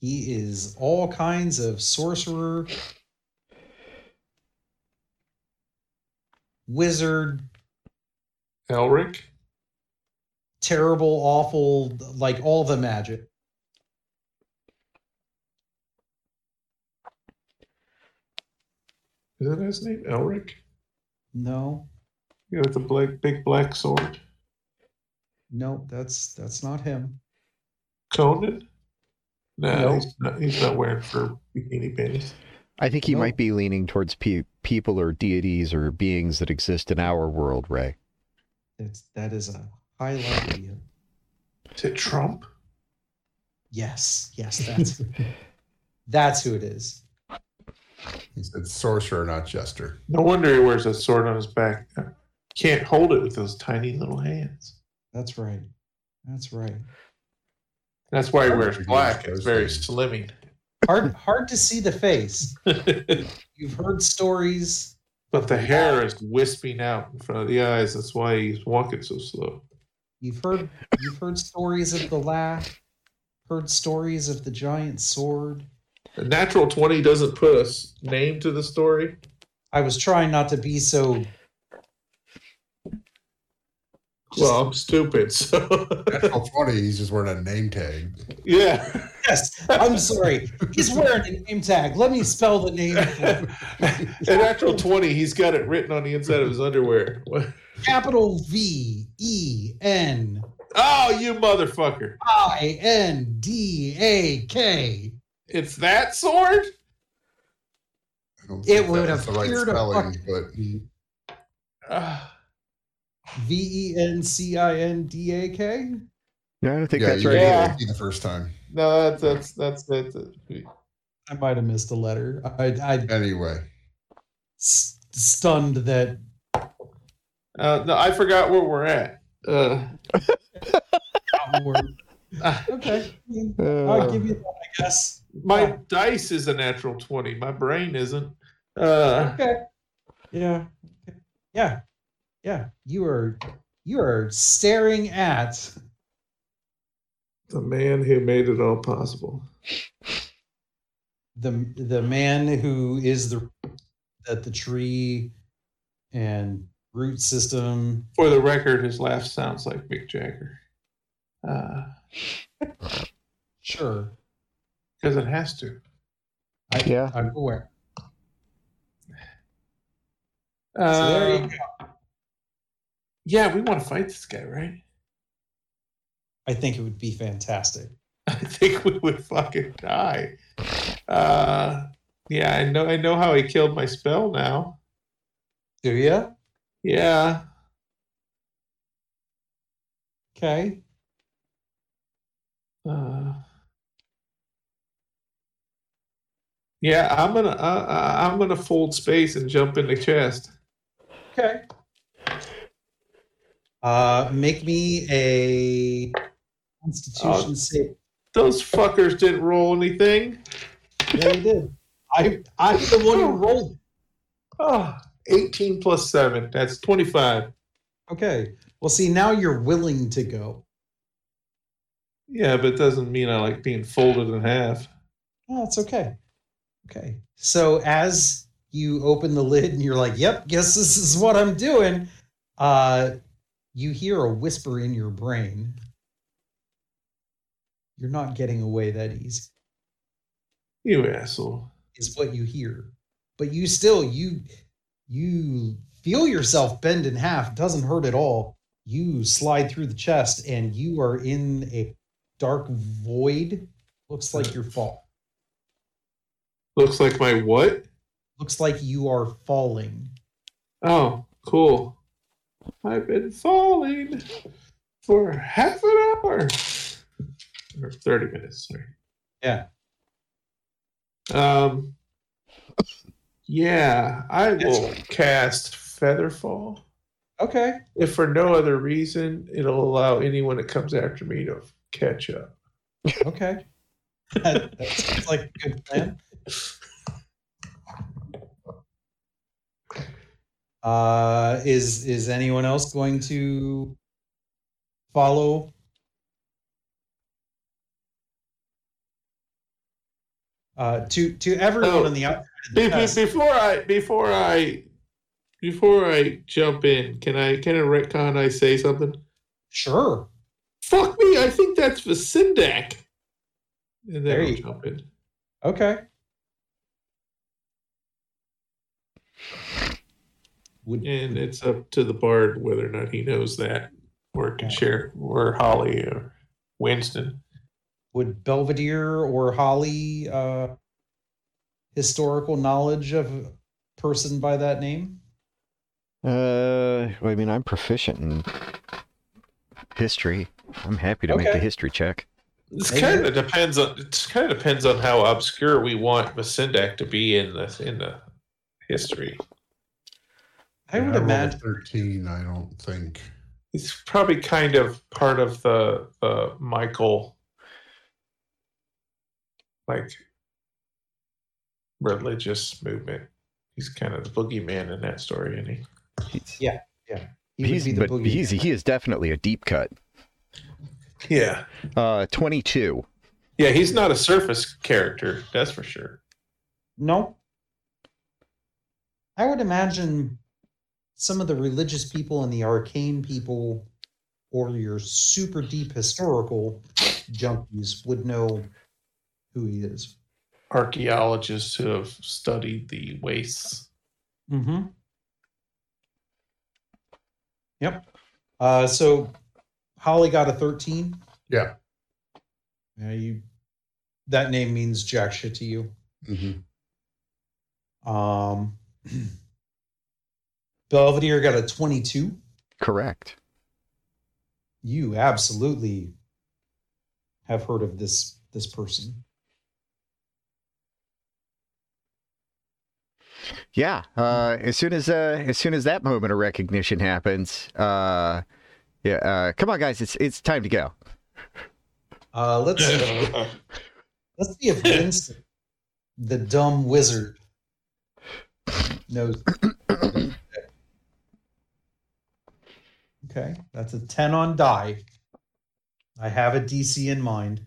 A: He is all kinds of sorcerer, wizard,
B: Elric?
A: terrible, awful, like all the magic.
B: Is that his name? Elric?
A: No,
B: Yeah, with the black, big black sword.
A: no, that's that's not him.
B: Conan? No,
A: No.
B: He's, not, he's not wearing fur bikini panties.
E: I think he
A: No.
E: might be leaning towards pe- people or deities or beings that exist in our world, Ray.
A: That's that is a high likelihood.
B: Is it Trump?
A: Yes, yes, that's that's who it is.
D: He said sorcerer, not jester.
B: No wonder he wears a sword on his back. Can't hold it with those tiny little hands.
A: That's right. That's right.
B: That's why he wears black. It's very slimming.
A: Hard hard to see the face.
B: but
A: You've heard stories.
B: the hair is wisping out in front of the eyes. That's why he's walking so slow.
A: You've heard you've heard stories of the laugh. Heard stories of the giant sword.
B: The natural 20 doesn't put a s- name to the story.
A: I was trying not to be so
B: Well, I'm stupid, so.
D: Natural 20, he's just wearing a name tag.
B: yeah.
A: Yes, I'm sorry. He's wearing a name tag. Let me spell the name.
B: a natural 20, he's got it written on the inside of his underwear. What-
A: Capital V E N
B: Oh, you motherfucker.
A: I N D A K.
B: It's that sword?
D: I don't
A: It
D: think
A: would
D: that was
A: have appeared a fucking-
D: but
B: Ah,
A: V E N C I N D A K.
E: No, I don't think
D: yeah,
E: that's
D: you
E: right.
D: did
B: Yeah.
D: it the first time.
B: no, that's, that's, that's, that's
A: I might have missed a letter. I, I
D: Anyway,
A: s- stunned that.
B: Uh, no, I forgot where we're at. Uh,
A: word. Ah, Okay, I'll give you that. I guess.
B: my dice is a natural 20. My brain isn't. Uh,
A: Okay. Yeah. Yeah. Yeah. You are. You are staring at.
B: the man who made it all possible.
A: the the man who is the that the tree and root system
B: For the record, his laugh sounds like Mick Jagger. Uh, Because
A: sure
B: it has to.
A: I,
E: Yeah.
A: i'm aware so there you
B: Uh,
A: go.
B: yeah, we want to fight this guy, right?
A: i think it would be fantastic
B: I think we would fucking die. Uh, yeah, I know. I know how he killed my spell now.
A: do you
B: Yeah,
A: okay
B: Uh, yeah, I'm gonna uh, uh, I'm gonna fold space and jump in the chest.
A: okay uh make me a constitution save
B: Those fuckers didn't roll anything.
A: yeah you did i i'm the one who rolled
B: Oh, 18 plus seven. That's twenty five.
A: okay well see now you're willing to go
B: Yeah, but it doesn't mean I like being folded in half.
A: Oh, it's okay. Okay. So as you open the lid and you're like, yep, guess this is what I'm doing, uh, you hear a whisper in your brain. You're not getting away that easy,
B: You asshole.
A: is what you hear. But you still you you feel yourself bend in half, doesn't hurt at all. You slide through the chest and you are in a dark void. Looks like you're fall.
B: Looks like my what?
A: Looks like you are falling.
B: Oh, cool. I've been falling for half an hour. Or 30 minutes, sorry.
A: Yeah.
B: Um Yeah, I will cast Featherfall.
A: Okay.
B: If for no other reason, it'll allow anyone that comes after me to catch up.
A: Okay. That, that sounds like a good plan. Uh, is is anyone else going to follow? Uh, to to everyone
B: Oh.
A: on the outside of
B: Be-
A: the
B: be-
A: test,
B: before I before I before I jump in, can I can I retcon I say something?
A: sure.
B: Fuck me, I think that's Vicindac. And
A: There
B: there
A: you
B: you jump in.
A: Okay. Would
B: And it's up to the bard whether or not he knows that or can share or Holly or Winston.
A: would Belvedere or Holly uh, historical knowledge of a person by that name?
E: Uh, well, I mean, I'm proficient in history. I'm happy to make the
B: Okay.
E: history check.
B: This
A: Maybe.
B: kind of depends on it. Kind of depends on how obscure we want Vasindak to be in the in the history.
A: I
D: Yeah,
A: would
D: rolled a
A: imagine.
D: thirteen. I don't think.
B: It's probably kind of part of the the Michael like religious movement. He's kind of the boogeyman in that story, isn't he?
E: He's,
A: He would
E: he's-
A: be the
E: but
A: boogeyman.
E: he's, e- he is definitely a deep cut.
B: Yeah.
E: Uh, 22.
B: Yeah, he's not a surface character, that's for sure.
A: No. I would imagine some of the religious people and the arcane people or your super deep historical junkies would know who he is.
B: Archaeologists who have studied the wastes.
A: Mm-hmm. Yep. Uh, so Holly got a 13.
D: Yeah.
A: Yeah, you that name means jack shit to you.
D: Mhm.
A: Um Belvedere got a 22.
E: Correct.
A: you absolutely have heard of this this person.
E: Yeah. Uh, as soon as uh, as soon as that moment of recognition happens, uh, yeah. Uh, come on, guys. It's it's time to go.
A: Uh, let's let's see if Winston, the dumb wizard, knows. okay, that's a ten on die. I have a DC in mind,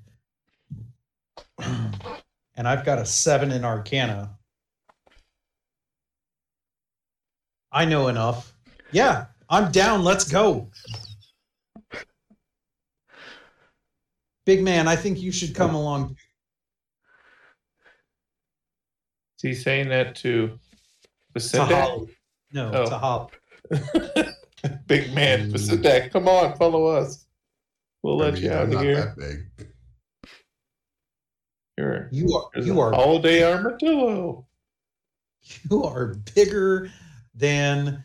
A: and I've got a seven in Arcana. I know enough. Yeah, I'm down. Let's go. Big man, I think you should come along
B: Is he saying that to
A: to
B: Vasindak?
A: Holly. No,
B: Oh.
A: to Holly.
B: Big man,
D: Mm.
B: Vasindak, come on, follow us. We'll
D: I
B: let
D: mean,
B: you
D: I'm
B: out of
D: not
B: here.
D: that big.
B: You're,
A: You are
B: there's
A: you
B: a
A: are
B: holiday armadillo.
A: you are bigger than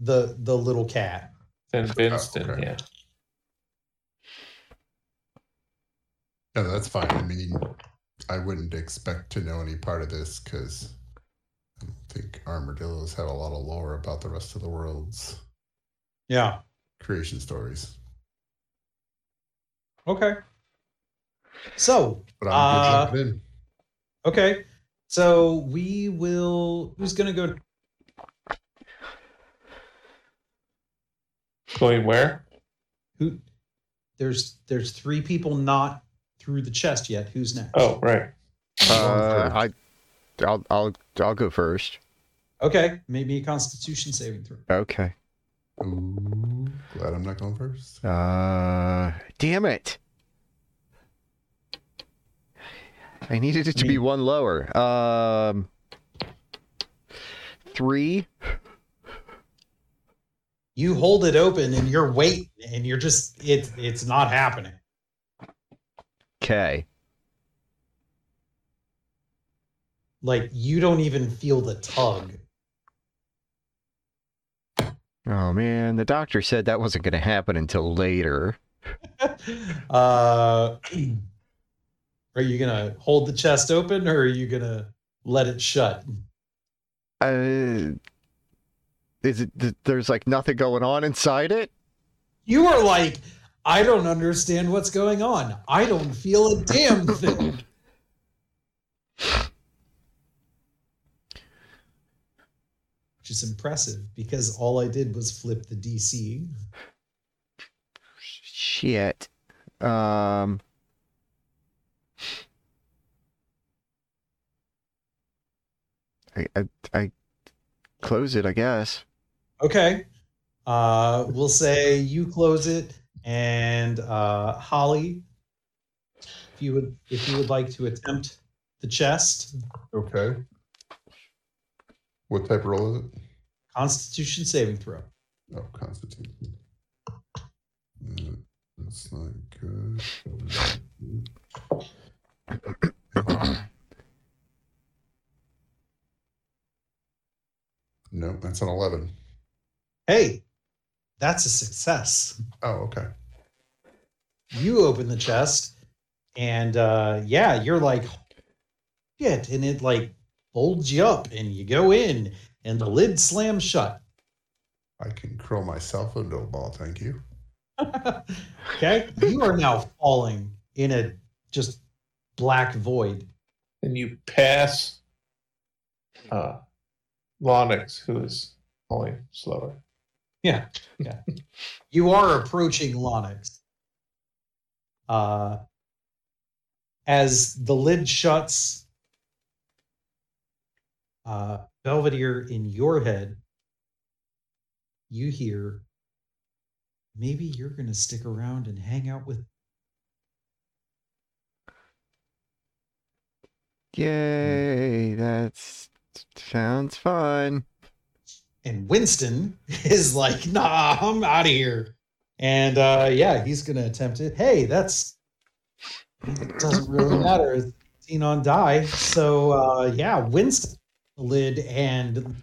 A: the the little cat.
B: Then Winston,
D: okay.
B: yeah.
D: No, that's fine. I mean, I wouldn't expect to know any part of this because I don't think armadillos have a lot of lore about the rest of the world's
A: Yeah.
D: creation stories.
A: Okay. So
D: But I'm
A: Uh,
D: good jumping in.
A: okay. So we will. Who's gonna go?
B: Going where?
A: Who? There's there's three people not through the chest yet. Who's next?
B: Oh, right.
E: Uh, I, I'll I'll I'll go first.
A: Okay. Maybe a Constitution saving throw.
E: Okay.
D: Ooh, glad I'm not going first.
E: Uh, damn it. I needed it to be
A: Me.
E: one lower. Um, three.
A: You hold it open and you're waiting and you're just it it's not happening.
E: K.
A: Like you don't even feel the tug.
E: Oh man, the doctor said that wasn't going to happen until later.
A: uh, are you gonna hold the chest open or are you gonna let it shut?
E: Uh, is it? th- There's like nothing going on inside it.
A: You are like, I don't understand what's going on. I don't feel a damn thing. Which is impressive because all I did was flip the DC.
E: Shit. Um. I, I I close it, I guess.
A: Okay. Uh, we'll say you close it, and uh, Holly, if you would, if you would like to attempt the chest
D: Okay. What type of roll is it?
A: Constitution saving throw.
D: Oh, Constitution. Mm, That's not good. no, that's an 11.
A: Hey, that's a success.
D: Oh, okay.
A: You open the chest, and uh, yeah, you're like, shit, and it like folds you up, and you go in, and the lid slams shut.
D: I can curl myself into a ball. Thank you.
A: okay, you are now falling in a just black void.
B: And you pass uh, Lonix, who is falling slower.
A: Yeah, yeah. you are approaching Lonix. Uh, as the lid shuts, uh, Belvedere, in your head, you hear maybe you're going to stick around and hang out with.
E: Yay, that's sounds fun.
A: And Winston is like, nah, I'm out of here. And uh, yeah, he's going to attempt it. Hey, that's it doesn't really matter. It's 18 on die. So uh, yeah, Winston lid and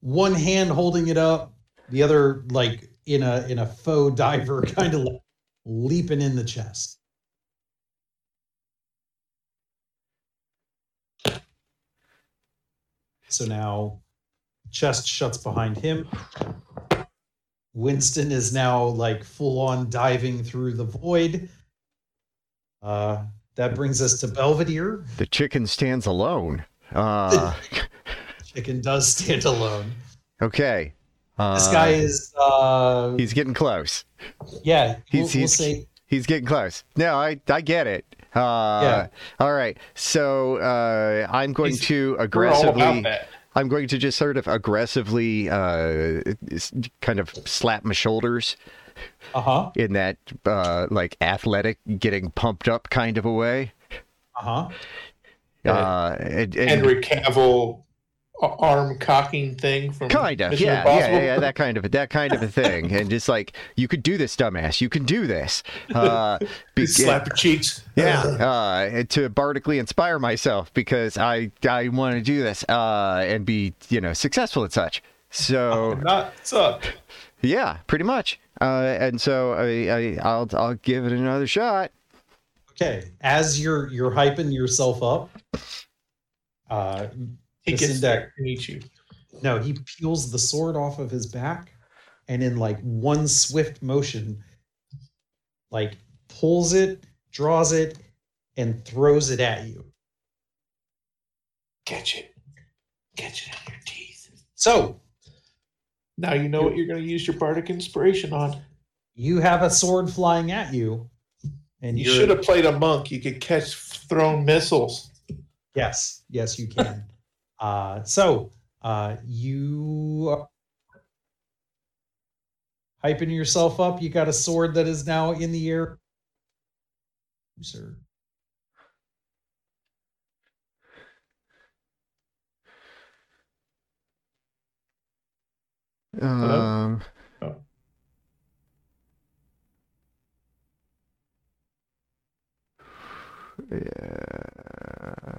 A: one hand holding it up, the other like in a in a faux diver kind of like leaping in the chest. So now chest shuts behind him. Winston is now like full on diving through the void. Uh, that brings us to Belvedere.
E: The chicken stands alone. Uh,
A: chicken does stand alone.
E: Okay. Uh,
A: This guy is uh,
E: He's getting close.
A: yeah.
E: He's
A: we'll, we'll
E: he's,
A: say
E: he's getting close. No, I I get it. Uh,
A: Yeah.
E: All right. So uh, I'm going
B: He's-
E: to
B: We're all about
E: aggressively.
B: that.
E: I'm going to just sort of aggressively, uh, s- kind of slap my shoulders
A: uh huh
E: in that uh, like athletic, getting pumped up kind of a way.
A: uh huh.
E: Uh, and, and-
B: Henry Cavill a- arm cocking thing from
E: kind of
B: Mission
E: yeah, yeah
B: Impossible.
E: yeah yeah, that kind of that kind of a thing and just like you could do this dumbass you can do this uh be-
B: Slap your cheeks.
E: yeah uh to bardically inspire myself because i i want to do this uh and be you know successful at such so
B: Not suck.
E: yeah pretty much uh and so i, I i'll i'll give it another shot
A: Okay, as you're you're hyping yourself up, uh,
B: He
A: This
B: gets
A: is
B: there to meet you.
A: no, he peels the sword off of his back, and in like one swift motion, like pulls it, draws it, and throws it at you.
B: Catch it. Catch it in your teeth.
A: So
B: Now you know what you're going to use your bardic inspiration on.
A: you have a sword flying at you, and
B: You
A: you're-
B: should have played a monk. You could catch thrown missiles.
A: Yes, yes, you can. uh, so uh, you are hyping yourself up. You got a sword that is now in the air. You, Sir,
B: Hello?
E: um
B: Oh.
E: Yeah.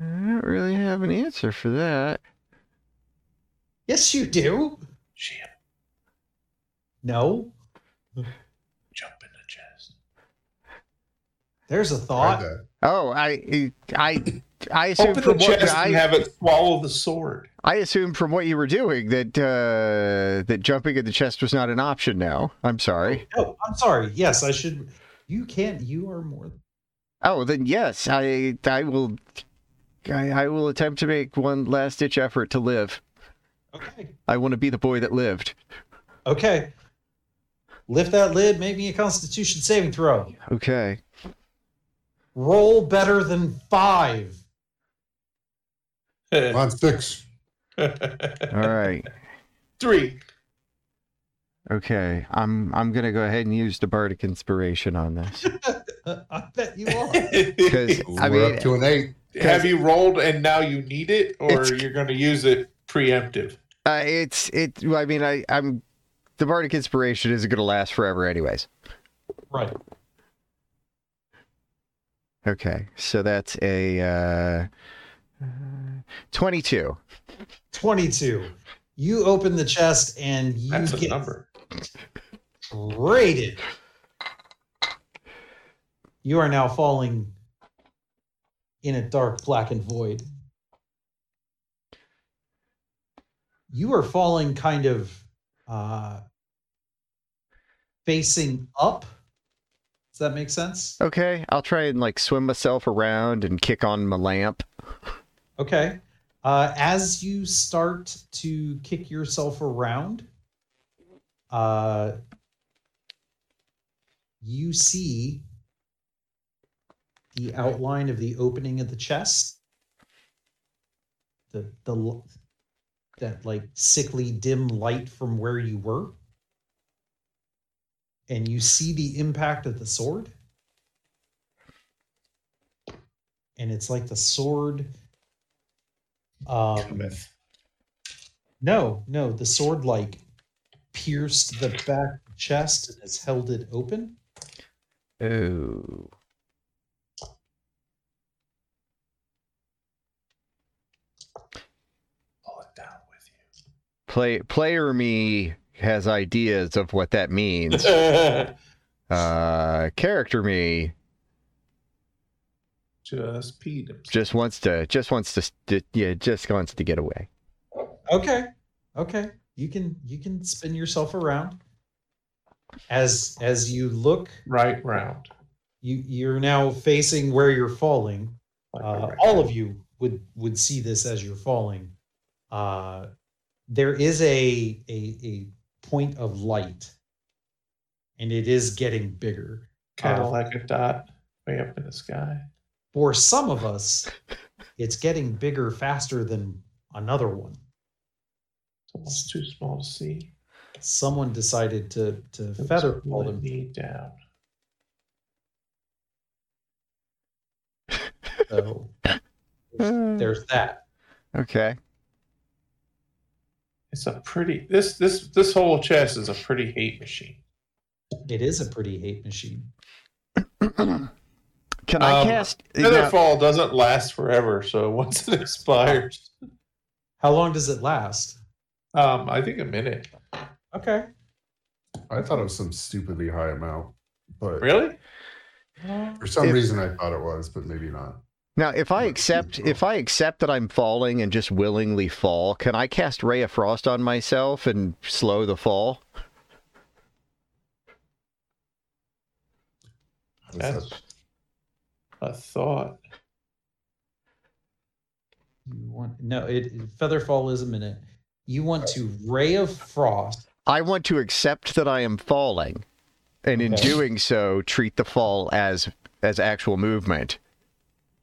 E: I don't really have an answer for that.
A: yes, you do.
B: She
A: No,
B: jump in the chest.
A: there's a
D: Tried
A: thought.
D: that.
E: Oh, I, I, I assume
B: Open the
E: from what
B: chest and
E: I,
B: have it swallow the sword.
E: I assume from what you were doing that uh, that jumping in the chest was not an option. Now, I'm sorry.
A: No, Oh, I'm sorry. Yes, I should. You can't. You are more.
E: Oh, then yes, I, I will, I, I will attempt to make one last ditch effort to live.
A: Okay.
E: I want to be the boy that lived.
A: Okay. Lift that lid. Make me a Constitution saving throw.
E: Okay.
A: Roll better than five.
D: I'm on six.
E: All right.
B: Three.
E: Okay. I'm I'm gonna go ahead and use the bardic inspiration on this
A: I bet you are.
E: because I
D: We're
E: mean
D: up to an eight.
B: have you rolled and now you need it, or
E: It's-
B: you're going to use it preemptive?
E: uh, it's it. I mean I I'm the bardic inspiration isn't gonna last forever anyways.
A: right.
E: Okay. So that's a uh, twenty-two.
A: 22. You open the chest and you
B: That's a
A: get
B: number.
A: rated. You are now falling in a dark, blackened void. You are falling kind of uh, facing up. Does that make sense?
E: Okay, I'll try and like swim myself around and kick on my lamp.
A: Okay. Uh, as you start to kick yourself around, uh, you see the outline of the opening of the chest. The the l- that like sickly dim light from where you were, and you see the impact of the sword. And it's like the sword. Um,
B: Cometh.
A: no, no, the sword like pierced the back chest and has held it open.
E: Ooh.
B: Pull it down with
E: Play player me has ideas of what that means.
B: you.
E: uh character me
B: Just peed himself.
E: just wants to just wants to st- yeah, just wants to get away.
A: Okay. Okay. You can you can spin yourself around. As as you look,
B: right round.
A: you you're now facing where you're falling.
B: Like a
A: uh,
B: right
A: all of you would would see this as you're falling uh there is a a a point of light and it is getting bigger
B: kind
A: uh,
B: of like a dot way up in the sky.
A: for some of us it's getting bigger faster than another one
B: It's almost too small to see.
A: someone decided to to feather fall
B: pulling
A: them
B: me down.
A: so there's that
E: Okay.
B: It's a pretty this this this whole chest is a pretty hate machine.
A: it is a pretty hate machine
E: Can I
B: Um,
E: cast now-
B: Featherfall doesn't last forever, so once it expires,
A: how long does it last
B: um, I think a minute.
A: okay
D: I thought it was some stupidly high amount, but
B: Really?
D: for some
E: If-
D: reason I thought it was, but maybe not.
E: Now, if I accept if I accept that I'm falling and just willingly fall, can I cast Ray of Frost on myself and slow the fall?
D: Is that-
B: That's a thought.
A: you want no it feather fall is a minute you want to ray of frost
E: I want to accept that I am falling, and in
A: Okay.
E: doing so, treat the fall as as actual movement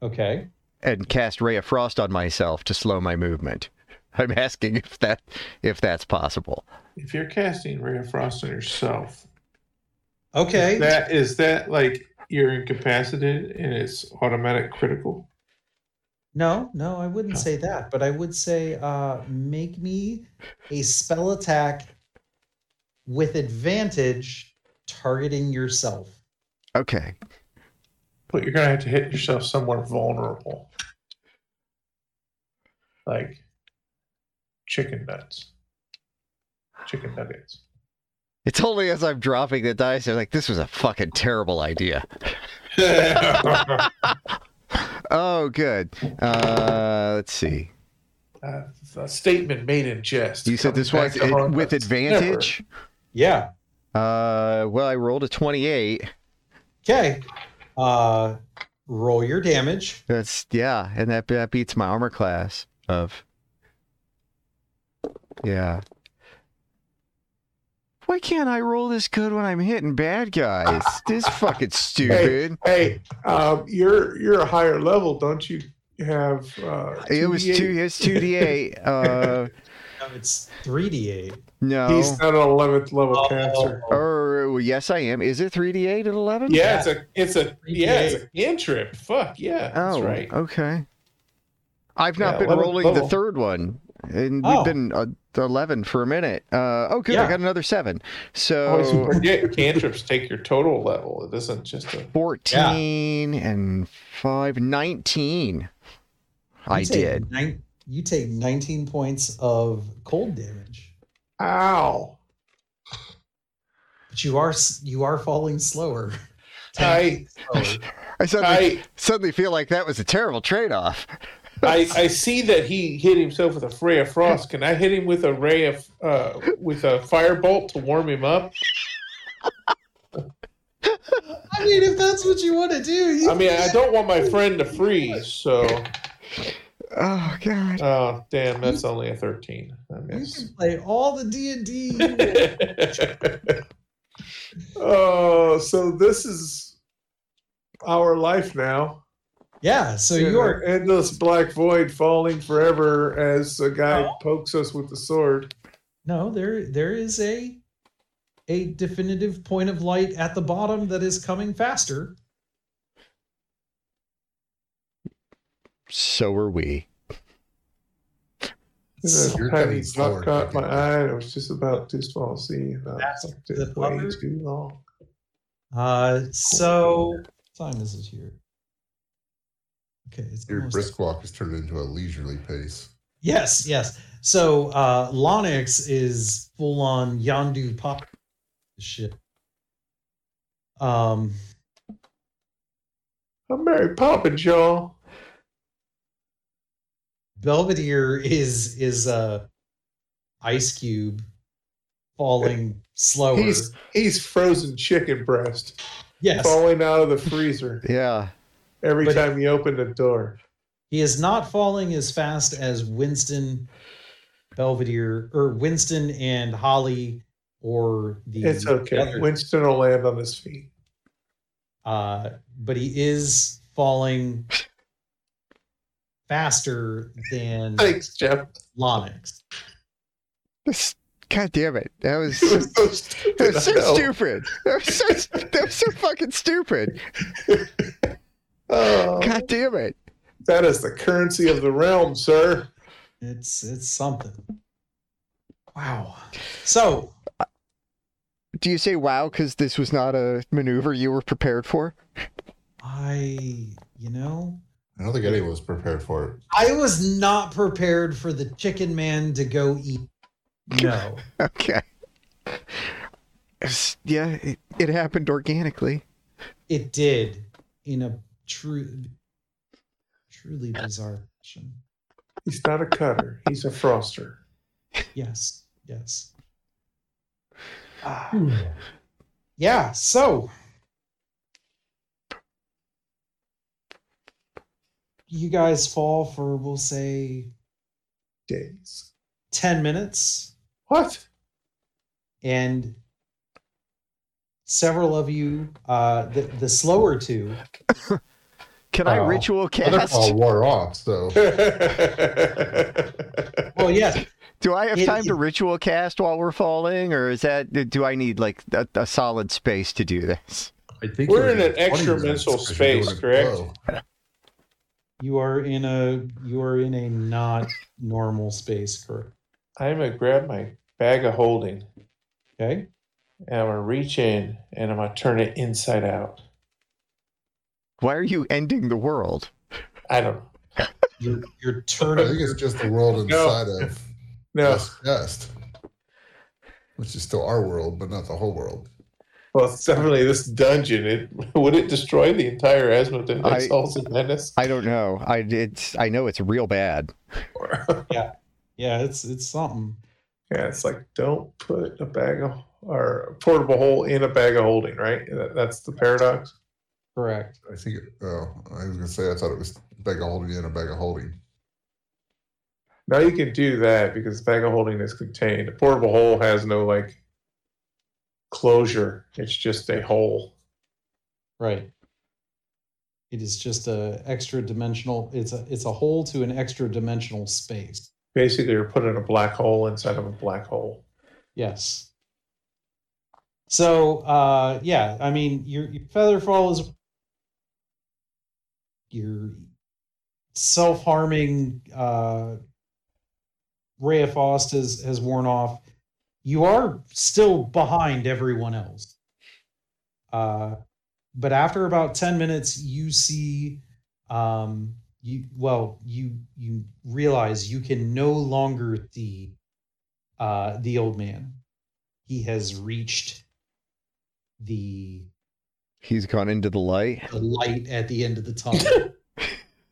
A: Okay.
E: and cast Ray of Frost on myself to slow my movement. I'm asking if that if that's possible.
B: If you're casting Ray of Frost on yourself,
A: Okay.
B: is that is that like you're incapacitated and it's automatic critical?
A: no, no, I wouldn't say that, but I would say uh make me a spell attack with advantage targeting yourself.
E: Okay.
B: But you're gonna have to hit yourself somewhere vulnerable. Like chicken nuts. Chicken nuggets.
E: It's only as I'm dropping the dice, I'm like, this was a fucking terrible idea.
B: I
E: Oh, good. Uh, let's see.
B: Uh, a statement made in jest.
E: You said
B: Coming
E: this was
B: back to
E: it-
B: haunt
E: with
B: us.
E: advantage.
A: Yeah.
E: Uh, well, I rolled a twenty-eight.
A: Okay. Uh roll your damage.
E: That's yeah, and that that beats my armor class of. Yeah. Why can't I roll this good when I'm hitting bad guys? This is fucking stupid.
B: Never. Hey, um, you're you're a higher level, don't you? Have uh,
E: It was
B: 2d8?
E: two. It's two d eight. Uh,
A: No, it's 3d8.
E: no.
B: He's not an eleventh level
A: Oh.
B: caster.
E: Or well, yes, I am. Is it three d eight at eleven?
B: Yeah, it's a it's a
A: 3d8.
B: yeah it's a cantrip. Fuck yeah, that's
E: Oh,
B: right.
E: okay. I've not
B: Yeah,
E: been
B: 11
E: rolling the
B: total.
E: third one, and
A: Oh.
E: we've been uh, 11 for a minute. Uh, oh, good. I
A: Yeah.
E: got another seven. oh.
B: Always
E: So
B: forget cantrips take your total level. It isn't just a
E: 14 and 5, 19. I
A: You take
E: did.
A: nine- you take 19 points of cold damage,
B: Ow.
A: but you are s- you are falling slower.
B: I
A: Slower.
E: I suddenly,
B: I
E: suddenly feel like that was a terrible trade off.
B: I, I see that he hit himself with a ray of frost. Can I hit him with a ray of uh, with a firebolt to warm him up?
A: I mean, if that's what you want to do, you
B: I mean, I don't want my friend to freeze. So,
E: Oh, God.
B: oh damn, that's only a thirteen. I
A: you
B: miss.
A: can play all the D and D.
B: oh, so this is our life now.
A: Yeah, so you are
B: An endless black void falling forever as a guy
A: No.
B: pokes us with the sword.
A: no there. There is a a definitive point of light at the bottom that is coming faster.
E: So are we.
A: So
D: You're
B: Uh, Tiny
D: coming
B: drop
D: slower,
B: caught my
D: Kevin.
B: eye. and I was just about to fall asleep. and I
A: That's
B: fucked
A: the
B: it way
A: other-
B: too long.
A: Uh, so what time is it here? Okay, it's
D: Your
A: almost-
D: brisk walk is turned into a leisurely pace.
A: Yes, yes. So uh Lonix is full on Yandu pop shit. Um
B: I'm Mary Poppins, y'all.
A: Belvedere is is uh ice cube falling slower.
B: He's he's frozen chicken breast
A: yes.
B: falling out of the freezer
E: Yeah.
B: every
A: But-
B: time you open the door.
A: He is not falling as fast as Winston Belvedere or Winston and Holly or the
B: It's okay.
A: other-
B: Winston will land on his feet.
A: uh, but he is falling faster than
B: Thanks, Jeff.
A: Lonix.
E: This, God damn it. That was.
B: It was so
E: That
B: stupid.
E: was so
B: I know.
E: stupid. That was so, that was so fucking stupid.
B: Oh,
E: God damn it.
B: that is the currency of the realm, sir.
A: It's it's something. Wow. So
E: Do you say wow because this was not a maneuver you were prepared for?
A: I, you know,
D: I don't think anyone was prepared for it.
A: I was not prepared for the chicken man to go eat. No.
E: Okay. It's- yeah, it, it happened organically.
A: It did in a true, truly bizarre fashion.
B: He's not a cutter. He's a froster.
A: Yes, yes.
B: Ah.
A: Yeah. So you guys fall for we'll say
B: Days.
A: ten minutes,
B: What?
A: and several of you, uh, the the slower two,
E: Can I
D: Oh.
E: ritual
D: Other
E: cast?
D: all wore off, so
A: well, yes,
E: Do I have
A: It-
E: time to
A: it-
E: ritual cast while we're falling, or is that do I need like a, a solid space to do this?
D: I think
B: We're
D: you're
B: in an
D: doing 20
B: extra
D: minutes
B: mental
D: 'cause you're doing
B: space,
D: it
B: correct?
D: slow.
A: you are in a you are in a not normal space, correct?
B: I'm going to grab my bag of holding
A: Okay.
B: and I'm going to reach in and I'm going to turn it inside out.
E: Why are you ending the world?
B: I don't know.
A: You're, you're
D: I
A: turning.
D: think it's just the world
B: No.
D: inside of
B: No,
D: this chest, which is still our world, but not the whole world.
B: well, it's definitely this dungeon. It Would it destroy the entire Asmodee and
E: I-
B: Souls of Menace?
E: I don't know. I it's I know it's real bad.
A: Yeah, it's it's something.
B: Yeah, it's like don't put a bag of or a portable hole in a bag of holding, right? That- That's the paradox.
A: Correct.
D: I think. It, oh, I was gonna say I thought it was bag of holding in a bag of holding.
B: Now you can do that because the bag of holding is contained. A portable hole has no like closure. It's just a hole.
A: Right. It is just a extra dimensional. It's a it's a hole to an extra dimensional space.
B: Basically, you're putting a black hole inside of a black hole.
A: Yes. So uh yeah, I mean your, your feather fall is your self harming uh ray of frost has has worn off. You are still behind everyone else. Uh but after about 10 minutes you see um you well you you realize you can no longer see uh the old man he has reached the
E: He's gone into the light.
A: the light at the end of the tunnel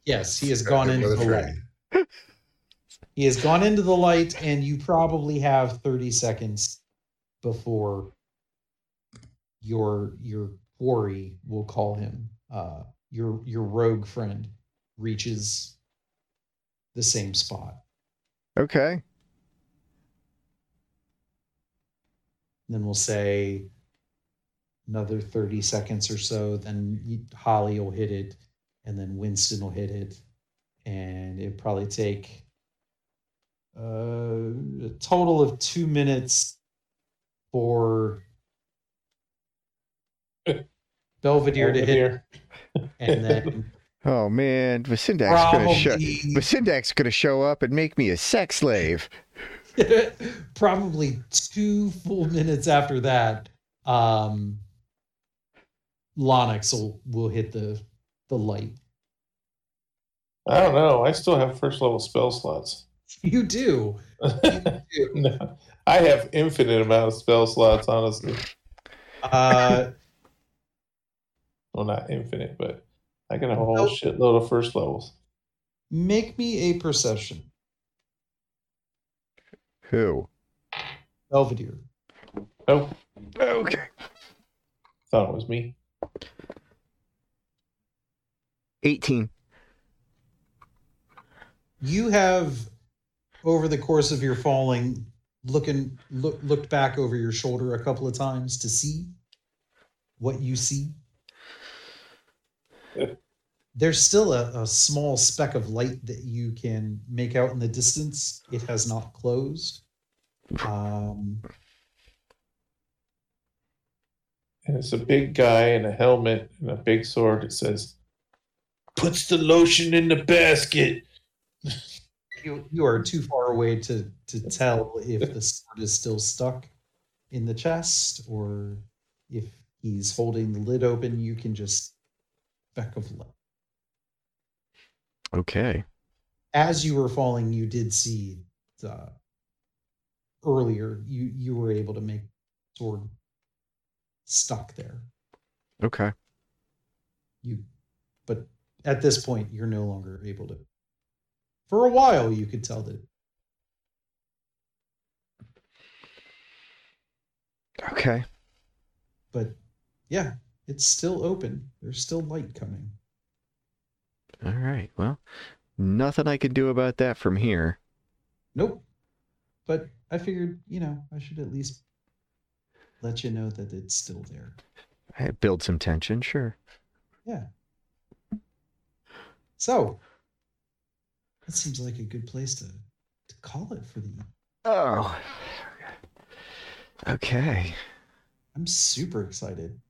A: yes he has gone into the light he has gone into the light and you probably have 30 seconds before your your quarry will call him uh your your rogue friend reaches the same spot
E: Okay.
A: then we'll say another 30 seconds or so then you- holly will hit it and then winston will hit it and it'll probably take uh, a total of two minutes for belvedere to hit
B: Belvedere.
A: and then
E: Oh man, Vasindak's gonna show.
A: probably
E: Vasindak's gonna show up and make me a sex slave.
A: probably two full minutes after that, um, Lonix will, will hit the the light.
B: I don't know. I still have first level spell slots.
A: You do.
B: No, I have infinite amount of spell slots, honestly.
A: Uh,
B: Well, not infinite, but I got a whole shitload of first levels.
A: make me a perception,
E: Who?
A: Belvedere.
B: Oh,
E: Okay.
B: thought it was me.
E: 18.
A: You have, over the course of your falling, looking look, looked back over your shoulder a couple of times to see what you see. There's still a, a small speck of light that you can make out in the distance. It has not closed. Um,
B: And it's a big guy in a helmet and a big sword. It says, "Puts the lotion in the basket."
A: you, you are too far away to to tell if the sword is still stuck in the chest or if he's holding the lid open you can just speck of light
E: Okay.
A: as you were falling you did see the earlier you you were able to make sword stuck there
E: Okay.
A: you but at this point you're no longer able to for a while you could tell that
E: Okay.
A: but yeah it's still open there's still light coming
E: All right. Well, nothing I can do about that from here.
A: Nope. But I figured, you know, I should at least let you know that it's still there.
E: I build some tension, sure.
A: So that seems like a good place to, to call it for the.
E: Oh. Okay.
A: I'm super excited.